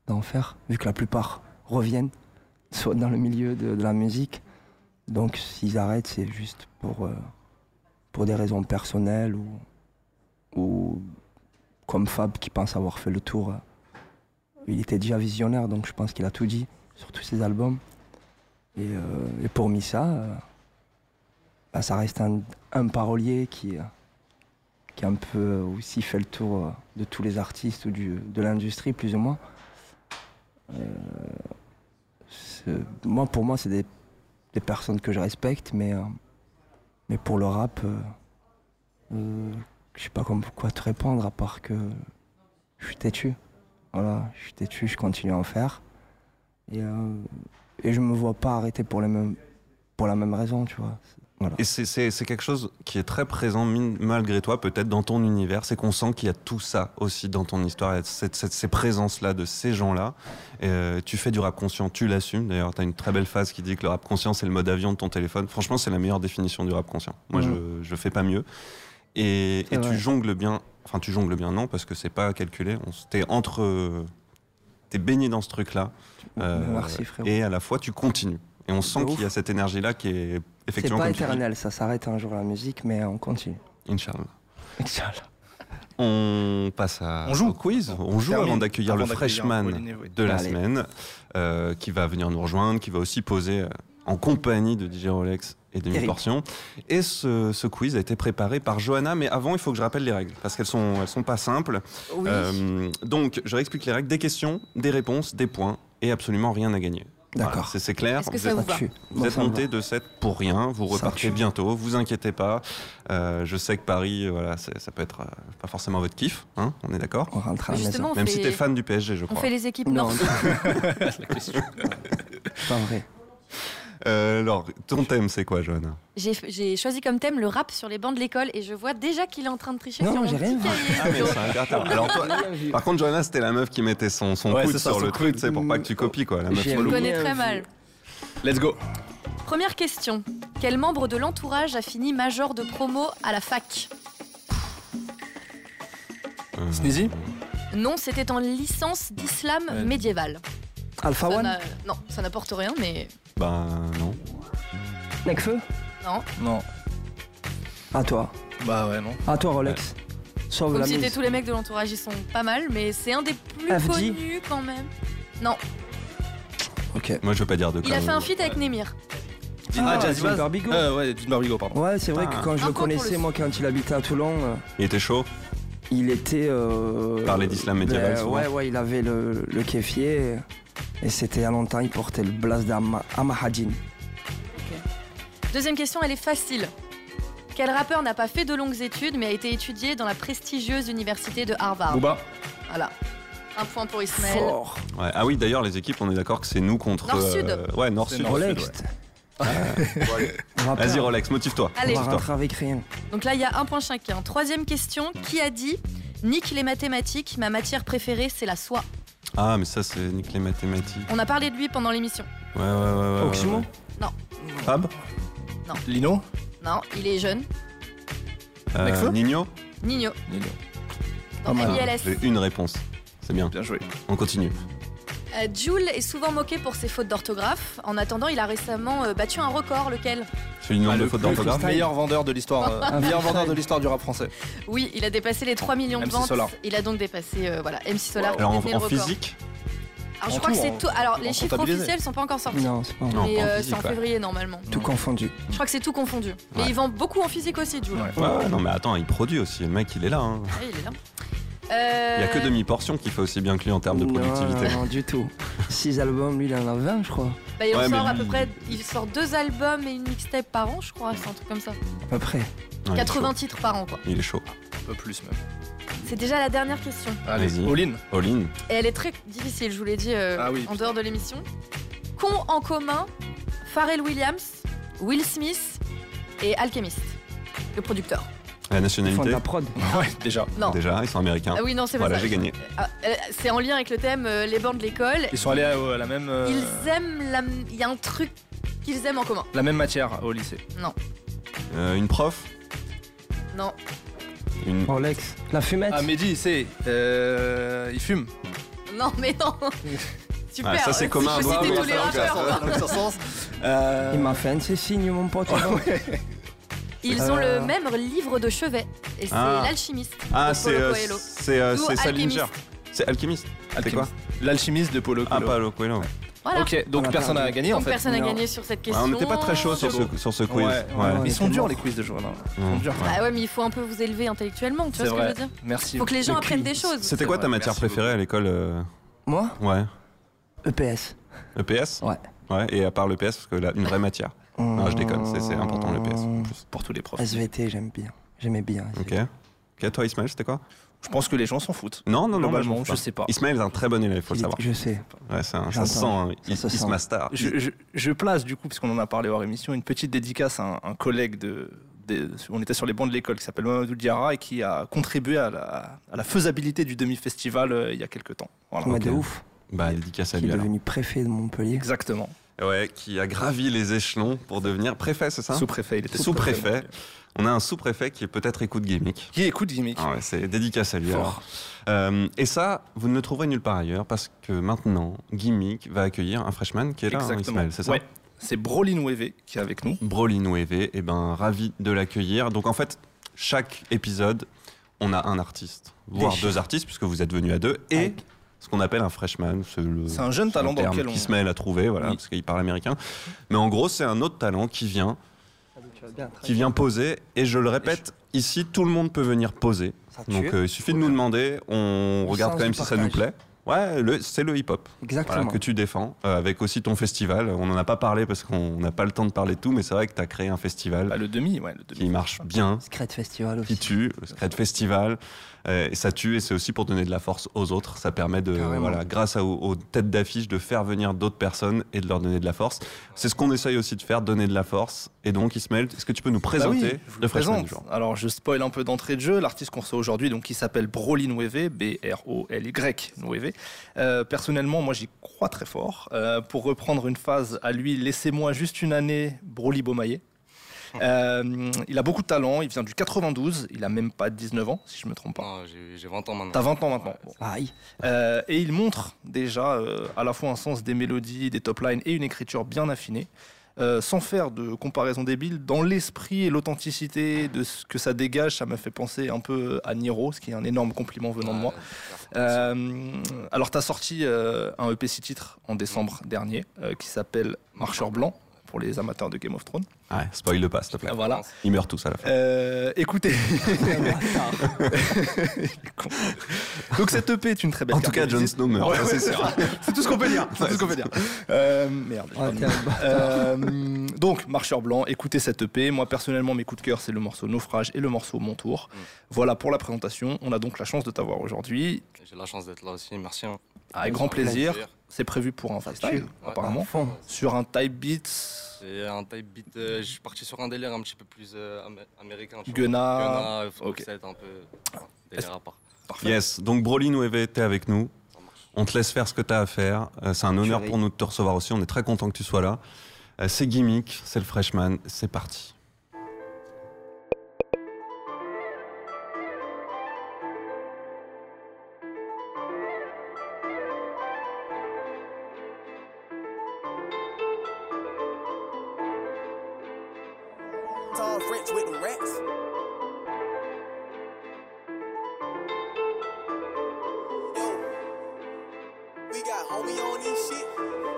d'en faire, vu que la plupart reviennent, soit dans le milieu de, de la musique. Donc s'ils arrêtent, c'est juste pour, euh, pour des raisons personnelles ou, ou comme Fab qui pense avoir fait le tour. euh, Il était déjà visionnaire, donc je pense qu'il a tout dit sur tous ses albums. Et, euh, et pour Missa, euh, bah, ça reste un, un parolier qui, euh, qui a un peu euh, aussi fait le tour euh, de tous les artistes ou du, de l'industrie, plus ou moins. Euh, c'est- moi, pour moi, c'est des, des personnes que je respecte, mais, euh, mais pour le rap, euh, euh, je sais pas comme- quoi te répondre à part que je suis têtu. Voilà, je suis têtu, je continue à en faire. Et, euh, et je me vois pas arrêter pour, les mêmes, pour la même raison, tu vois. Et c'est- c'est c'est quelque chose qui est très présent mine- malgré toi, peut-être dans ton univers, c'est qu'on sent qu'il y a tout ça aussi dans ton histoire, il y a cette, cette- ces présences-là de ces gens-là. Euh, tu fais du rap conscient, tu l'assumes. D'ailleurs, tu as une très belle phrase qui dit que le rap conscient, c'est le mode avion de ton téléphone. Franchement, c'est la meilleure définition du rap conscient. Moi, Mmh. Mhm. je, je fais pas mieux. Et, C'est et vrai. tu jongles bien, enfin, tu jongles bien, non, parce que c'est pas calculé. On s- T'es entre. T'es baigné dans ce truc-là. Merci, frérot. Euh, Et à la fois, tu continues. Et on sent De ouf. qu'il y a cette énergie-là qui est C'est effectivement. pas comme tu dis, éternel, ça s'arrête un jour la musique, mais on continue. Inch'Allah. Inch'Allah. On passe à, On joue. au quiz. On On joue termine avant d'accueillir avant le d'accueillir freshman Pauline, oui. de la Allez. semaine, euh, qui va venir nous rejoindre, qui va aussi poser euh, en compagnie de DJ Rolex et de Terrible. Portion. Et ce, ce quiz a été préparé par Johanna, mais avant, il faut que je rappelle les règles, parce qu'elles sont, elles sont pas simples. Oui. Euh, donc, je réexplique les règles des questions, des réponses, des points, et absolument rien à gagner. D'accord. Voilà, c'est- c'est clair. Est-ce que ça êtes- vous va Vous Moi, êtes ça me monté va. de 7 pour rien. Vous Ça me repartez tue. bientôt. Vous inquiétez pas. Euh, je sais que Paris, euh, voilà, c'est- ça peut être euh, pas forcément votre kiff. hein, on est d'accord On rentrera à la Justement, maison. on Même fait- si t'es fan du PSG, je On crois. fait les équipes Non, nord. pas vrai. Euh, alors, ton thème, c'est quoi, Johanna J'ai j'ai choisi comme thème le rap sur les bancs de l'école et je vois déjà qu'il est en train de tricher Non, sur non, mon j'ai rien petit cahier. Ah, mais c'est un gratin. Alors, toi, par contre, Johanna, c'était la meuf qui mettait son, son Ouais, coude c'est ça, sur son le truc, c'est pour pas que tu copies, quoi. La meuf Je relou. le connais très mal. Let's go. Première question. Quel membre de l'entourage a fini major de promo à la fac Euh, Sneezy Non, c'était en licence d'islam Ouais. médiéval. Alpha Ça One n'a- Non, ça n'apporte rien, mais Ben non. Necfeu non. Non. À toi. Bah ouais, non. À toi, Rolex. Sauve Comme Oh, la si c'était mise. tous les mecs de l'entourage, ils sont pas mal, mais c'est un des plus FD. connus quand même. Non, Ok. Moi, je veux pas dire de quoi. il a fait un feat avec Nemir. Ah, Jazzy Didier Baz Bigot. Euh, ouais, Didier Barbigo, pardon. Ouais, c'est vrai Putain. que quand je Ah. Un point le pour connaissais, le moi, quand il habitait à Toulon, euh, Il était chaud il était. Euh, Parlait d'islam médiéval, ben, souvent. ouais, ouais, il avait le, le kéfier. Et c'était il y a longtemps, il portait le blast d'Amahadin. Deuxième question, elle est facile. Quel rappeur n'a pas fait de longues études mais a été étudié dans la prestigieuse université de Harvard Booba. Voilà. Un point pour Ismaël. Ouais. Ah oui, d'ailleurs, les équipes, on est d'accord que c'est nous contre. Nord-Sud. euh, Ouais, Nord-Sud. Rolex. Euh, Ouais. Vas-y, Rolex, motive-toi. Allez. On va Motive-toi. rentrer avec rien. Donc là, il y a un point chacun. Troisième question, qui a dit Nick les mathématiques, ma matière préférée c'est la soie. Ah, mais ça, c'est Nick les mathématiques. On a parlé de lui pendant l'émission. Ouais, ouais, ouais. ouais, Oximo ouais. Non, Fab Non. Lino non, il est jeune. Euh, Nekfeu Nino Nino. Nino. Dans ILS. J'ai une réponse. C'est bien. Bien joué. On continue. Euh, Jules est souvent moqué pour ses fautes d'orthographe. En attendant, il a récemment euh, battu un record, lequel Celui du nombre de fautes d'orthographe. Ah, Meilleur vendeur de l'histoire euh, meilleur vendeur de l'histoire du rap français. Oui, il a dépassé les 3 millions de MC ventes. Solar. Il a donc dépassé euh, voilà, MC Solar. qui Alors, en, détenait en le record. physique Alors, je en crois que tout, c'est en- tout. Alors, les en chiffres comptabilisé. officiels sont pas encore sortis. Non, c'est pas vrai. Mais en euh, c'est physique, en ouais. février normalement. Tout confondu. Je crois que c'est tout confondu. Mais Ouais. il vend beaucoup en physique aussi, Jules. Ouais, ouais, non, mais attends, il produit aussi. Le mec, il est là. hein. Ouais, il est là. Il n'y a que Euh, demi-portion qui fait aussi bien que lui en termes de Non, productivité. Non, non, du tout. Six albums, lui, il en a 20, je crois. bah, il en Ouais, mais sort à lui- peu près. Il sort deux albums et une mixtape par an, je crois. C'est un truc comme ça. À peu près. Non, il est 80 chaud. titres par an, quoi. Il est chaud. Un peu plus même. C'est déjà la dernière question. Allez, Vas-y. all-in. All-in. Et elle est très difficile, je vous l'ai dit euh, Ah oui, en dehors de l'émission. Qu'ont en commun Pharrell Williams, Will Smith et Alchemist, le producteur La Ils font de nationalité la prod. Ouais, déjà. Non. Déjà, ils sont américains. Ah oui, non, c'est pas Voilà, ça. j'ai gagné. Ah, euh, c'est en lien avec le thème euh, les bancs de l'école. Ils sont allés à, euh, à la même euh, Ils aiment la. Il y a un truc qu'ils aiment en commun. la même matière au lycée. Non, Euh, une prof non. une... Rolex. La fumette. Ah Mehdi, c'est euh, il fume. Non, mais non. Super. Ah, ça, c'est euh, commun. Je citais Bravo, tous les ça, ça, rappeurs. Dans ce sens. Il Euh, m'a fait un de ses signes, mon pote. Ah, Ils ont Euh. le même livre de chevet et c'est Ah. l'alchimiste. Ah, de c'est Paulo euh, Coelho. c'est euh, Nous, c'est Salinger. alchimiste. C'est alchimiste. C'est quoi L'alchimiste de Polo Ah, Coelho. pas le Coelho. Voilà. Ok, On donc a personne n'a perdu. gagné en Donc fait. personne n'a non. gagné sur cette Ouais, question. on n'était pas très chaud sur C'est ce, sur ce quiz. Ouais, ouais. Ouais. Mais ils sont c'est durs mort. les quiz de Johanna. Ils sont Mmh. durs. Bah ouais, mais il faut un peu vous élever intellectuellement, tu C'est vois ce que je vrai. veux dire Merci. Faut que les gens Le apprennent cul. des choses. C'était quoi ta matière préférée à l'école euh, Moi E Ouais. EPS. EPS Ouais. E Ouais, et à part l'EPS, parce que là, une vraie matière. Non, je déconne, c'est- c'est important E l'EPS. Ah, en plus. pour tous les profs. SVT, j'aime bien. J'aimais bien. Ok. Ok, toi, Ismaël, c'était quoi Je pense que les gens s'en foutent. Non, bah, non, non, moi, Globalement, m'en fous je sais pas. Ismaël est un très bon élève, faut le Il est- savoir. Je sais. Ouais, c'est un- ça se sent, J'entends. hein, Ça se Is- sent. Ismastar. Je, je- je place du coup, puisqu'on en a parlé hors émission, une petite dédicace à un, un collègue de, des- On était sur les bancs de l'école qui s'appelle Mamadou Diarra et qui a contribué à la, à la faisabilité du demi-festival euh, il y a quelques temps. Voilà. Mais de Ah, Ok. ouf. Bah, dédicace à Qui est lui alors. devenu préfet de Montpellier. Exactement. Ouais, qui a gravi les échelons pour devenir préfet, c'est ça Sous-préfet, il était Hein Sous-préfet. On a un sous-préfet qui est peut-être écoute gimmick. Qui écoute Gimmick Ah ouais, c'est dédicace à lui. Fort. alors. Euh, et ça, vous ne le trouverez nulle part ailleurs parce que maintenant, Gimmick va accueillir un freshman qui est là, hein, Ismaël, c'est ça Ouais. C'est Broly Nouévé qui est avec nous. Brolin Weve, eh ben, ravi de l'accueillir. Donc en fait, chaque épisode, on a un artiste, voire chiens. deux artistes, puisque vous êtes venus à deux, et ce qu'on appelle un freshman. C'est le- C'est un jeune c'est talent dans terme lequel on- qu'Ismaël a trouvé, voilà, parce qu'il parle américain. Mais en gros, c'est un autre talent qui vient, Ah, qui vient poser, et je le répète, ici, tout le monde peut venir poser. Ah, tue. Donc euh, il suffit de nous demander, on Le regarde sens quand même du si ça nous partage. plaît. Ouais, le- c'est le hip-hop. Exactement. Voilà, que tu défends, euh, avec aussi ton festival. On n'en a pas parlé parce qu'on n'a pas le temps de parler de tout, mais c'est vrai que tu as créé un festival. Bah, le demi, ouais, le Qui marche bien, Secret Festival aussi. qui tue, le Secret Festival. euh, et ça tue, et c'est aussi pour donner de la force aux autres. Ça permet de, Carrément. voilà, grâce à- aux, aux têtes d'affiche, de faire venir d'autres personnes et de leur donner de la force. C'est ce qu'on essaye aussi de faire, donner de la force. Et donc, Ismaël, est-ce que tu peux nous présenter Bah oui, je vous le Freshman présente. du jour Alors, je spoil un peu d'entrée de jeu. L'artiste qu'on reçoit aujourd'hui, donc, qui s'appelle Broly Nueve, B-R-O-L-Y Nueve. Euh, personnellement, moi, j'y crois très fort. Euh, pour reprendre une phase à lui, laissez-moi juste une année, Broly Beaumaillet. Hmm. Euh, il a beaucoup de talent, il vient du 92, il a même pas 19 ans, si je me trompe pas. Non, Oh, j'ai j'ai 20 ans maintenant. T'as 20 ans maintenant. Bon. Euh, et il montre déjà euh, à la fois un sens des mélodies, des top lines et une écriture bien affinée. Euh, sans faire de comparaison débile, dans l'esprit et l'authenticité de ce que ça dégage, ça m'a fait penser un peu à Niro, ce qui est un énorme compliment venant de moi. Euh, alors, tu as sorti euh, un EP 6 titres en décembre dernier euh, qui s'appelle Marcheur Blanc pour les amateurs de Game of Thrones. Ah Ouais, spoil le pas, s'il te plaît. Voilà. Ils meurent tous à la fin. Euh, écoutez. Il est con. Donc cette EP est une très belle En tout carte cas, Jon de visite. Snow meurt, Euh, Ouais, ça, c'est ouais, sûr. C'est tout ce qu'on peut dire. C'est tout ce qu'on peut dire. Euh, merde. j'ai pas de mots. Euh, donc, Marcheur Blanc, écoutez cette EP. Moi, personnellement, mes coups de cœur, c'est le morceau Naufrage et le morceau Mon Tour. Voilà pour la présentation. On a donc la chance de t'avoir aujourd'hui. J'ai la chance d'être là aussi, merci. hein. Avec grand plaisir. C'est prévu pour un freestyle, Ouais. apparemment. Sur un type beat. C'est un type beat. euh, je suis parti sur un délire un petit peu plus euh, amé- américain. tu vois. Gunna, Gunna, ok. Offset, un peu. Délire à part. Yes, donc Broly Nueve, t'es avec nous. On te laisse faire ce que t'as à faire. Euh, c'est un honneur pour nous de te recevoir aussi. On est très content que tu sois là. Euh, c'est gimmick, c'est le freshman, c'est parti. Tall French with the rats.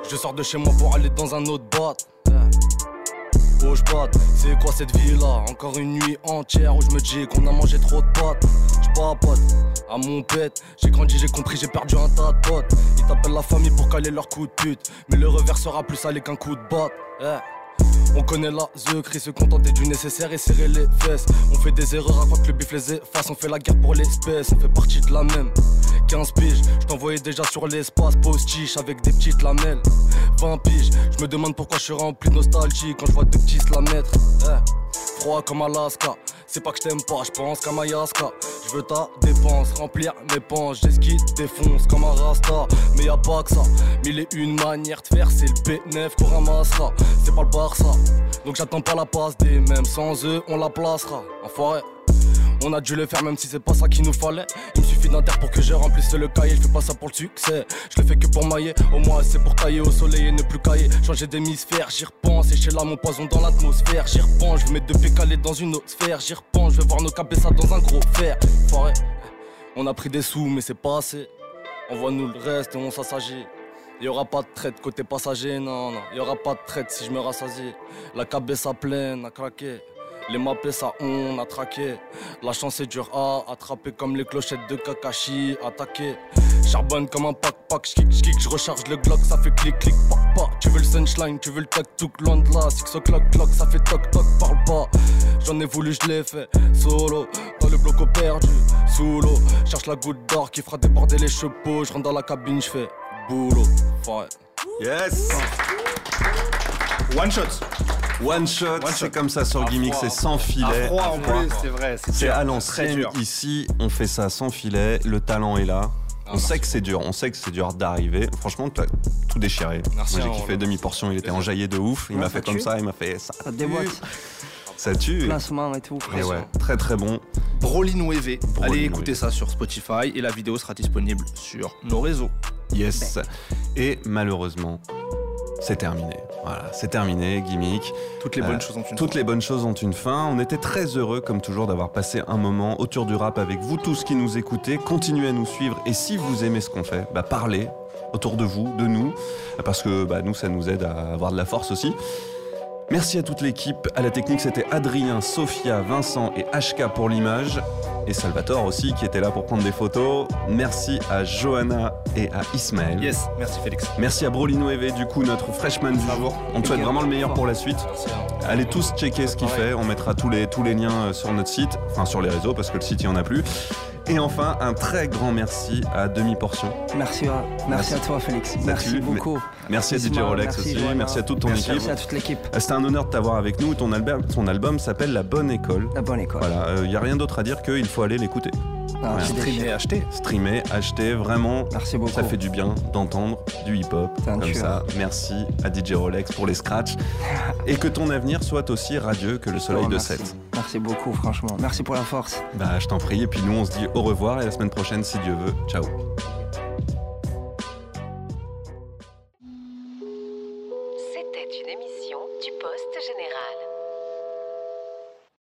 Je sors de chez moi pour aller dans un autre boîte. Oh, je botte, c'est quoi cette vie là Encore une nuit entière où je me dis qu'on a mangé trop de potes. Je papote à Ah, mon pète. J'ai grandi, j'ai compris, j'ai perdu un tas de potes. Ils t'appellent la famille pour caler leur coup de pute. Mais le revers sera plus salé qu'un coup de botte. Eh. On connaît la zeucrie, se contenter du nécessaire et serrer les fesses. On fait des erreurs, raconte le bif les efface. On fait la guerre pour l'espèce, on fait partie de la même. 15 piges, je t'envoyais déjà sur l'espace postiche avec des petites lamelles. 20 piges, je me demande pourquoi je suis rempli de nostalgie quand je vois deux petits se la mettre. Eh, Froid comme Alaska, c'est pas que je t'aime pas, je pense qu'à Mayaska. Je veux ta dépense, remplir mes penches, j'esquive, défonce comme un rasta. Mais y'a pas que ça, mille et une manières de faire, c'est le B9 qu'on ramassera. C'est pas le Barça, donc j'attends pas la passe des mêmes. Sans eux, on la placera, enfoiré. On a dû le faire même si c'est pas ça qu'il nous fallait. Il me suffit d'un terre pour que je remplisse le cahier. Je fais pas ça pour le succès, je le fais que pour mailler. Au moins c'est pour tailler au soleil et ne plus cailler. Changer d'hémisphère, j'y repense. Et chez là mon poison dans l'atmosphère. J'y repense, je veux mes deux pécalés dans une autre sphère. J'y repense, je vais voir nos ça dans un gros fer. Forêt, on a pris des sous mais c'est pas assez. Envoie-nous le reste et on s'assagit. Il y aura pas de traite côté passager, non, non. Il y aura pas de traite si je me rassasie. La cabesse à pleine à craquer. Les mappés, ça on a traqué. La chance est dure à attraper comme les clochettes de Kakashi. Attaquer. Charbonne comme un pack-pack. J'kick, j'kick, je recharge le Glock. Ça fait clic, clic, pac, pac. Tu veux le sunshine, tu veux le tac, tout loin de là. Six o'clock, clock, ça fait toc, toc, parle pas. J'en ai voulu, je l'ai fait. Solo, dans le bloc au perdu. Sous l'eau, cherche la goutte d'or qui fera déborder les chapeaux. Je rentre dans la cabine, je fais boulot. Ouais. Yes One shot One shot, c'est comme ça sur À gimmick, froid, c'est en sans plus. filet. À froid, en À froid. plus, c'est vrai, c'est C'est dur, à très l'ancienne, dur. ici, on fait ça sans filet, le talent est là. Ah, On sait que c'est dur, on sait que c'est dur d'arriver. Franchement, t'as tout déchiré. Merci, Moi, hein, j'ai kiffé demi-portion, il était enjaillé de ouf. Il Ouais, m'a ça fait comme tue. ça, il m'a fait ça. Ça déboîte. tue. Ça tue. Placement et tout. Et ouais, très très bon. Broly Nueve. Allez écouter ça sur Spotify et la vidéo sera disponible sur nos réseaux. Yes. Et malheureusement, c'est terminé. Voilà, c'est terminé, gimmick. Toutes les bonnes choses ont une Toutes les bonnes choses ont une fin. On était très heureux, comme toujours, d'avoir passé un moment autour du rap avec vous tous qui nous écoutez. Continuez à nous suivre et si vous aimez ce qu'on fait, bah, parlez autour de vous, de nous, parce que bah, nous, ça nous aide à avoir de la force aussi. Merci à toute l'équipe. À la technique, c'était Adrien, Sofia, Vincent et HK pour l'image. Et Salvatore aussi, qui était là pour prendre des photos. Merci à Johanna et à Ismaël. Yes, merci Félix. Merci à Brolino Eve, du coup, notre freshman du jour. On te souhaite vraiment le meilleur pour la suite. Allez tous checker ce qu'il fait. On mettra tous les, tous les liens euh, sur notre site, enfin sur les réseaux, parce que le site, il n'y en a plus. Et enfin, un très grand merci à Demi Portion. Merci, à- merci à toi, Félix. T'as Merci tué. beaucoup. Merci à DJ Ismaël, Rolex aussi, Johanna. merci à toute ton équipe. Merci à toute l'équipe. Euh, C'était un honneur de t'avoir avec nous. Ton album, ton album s'appelle La Bonne École. La Bonne École. Voilà, il n'y a rien d'autre à dire qu'il faut aller l'écouter. Ah, Voilà. tu déchires. Streamer, acheter. Streamer, acheter, vraiment. Merci beaucoup. Ça fait du bien d'entendre du hip-hop un comme tueur. ça. Merci à DJ Rolex pour les scratchs. Et que ton avenir soit aussi radieux que le soleil Oh, de merci. 7. Merci beaucoup, franchement. Merci pour la force. Bah, je t'en prie. Et puis nous, on se dit au revoir et la semaine prochaine, si Dieu veut. Ciao. C'était une émission du Poste Général.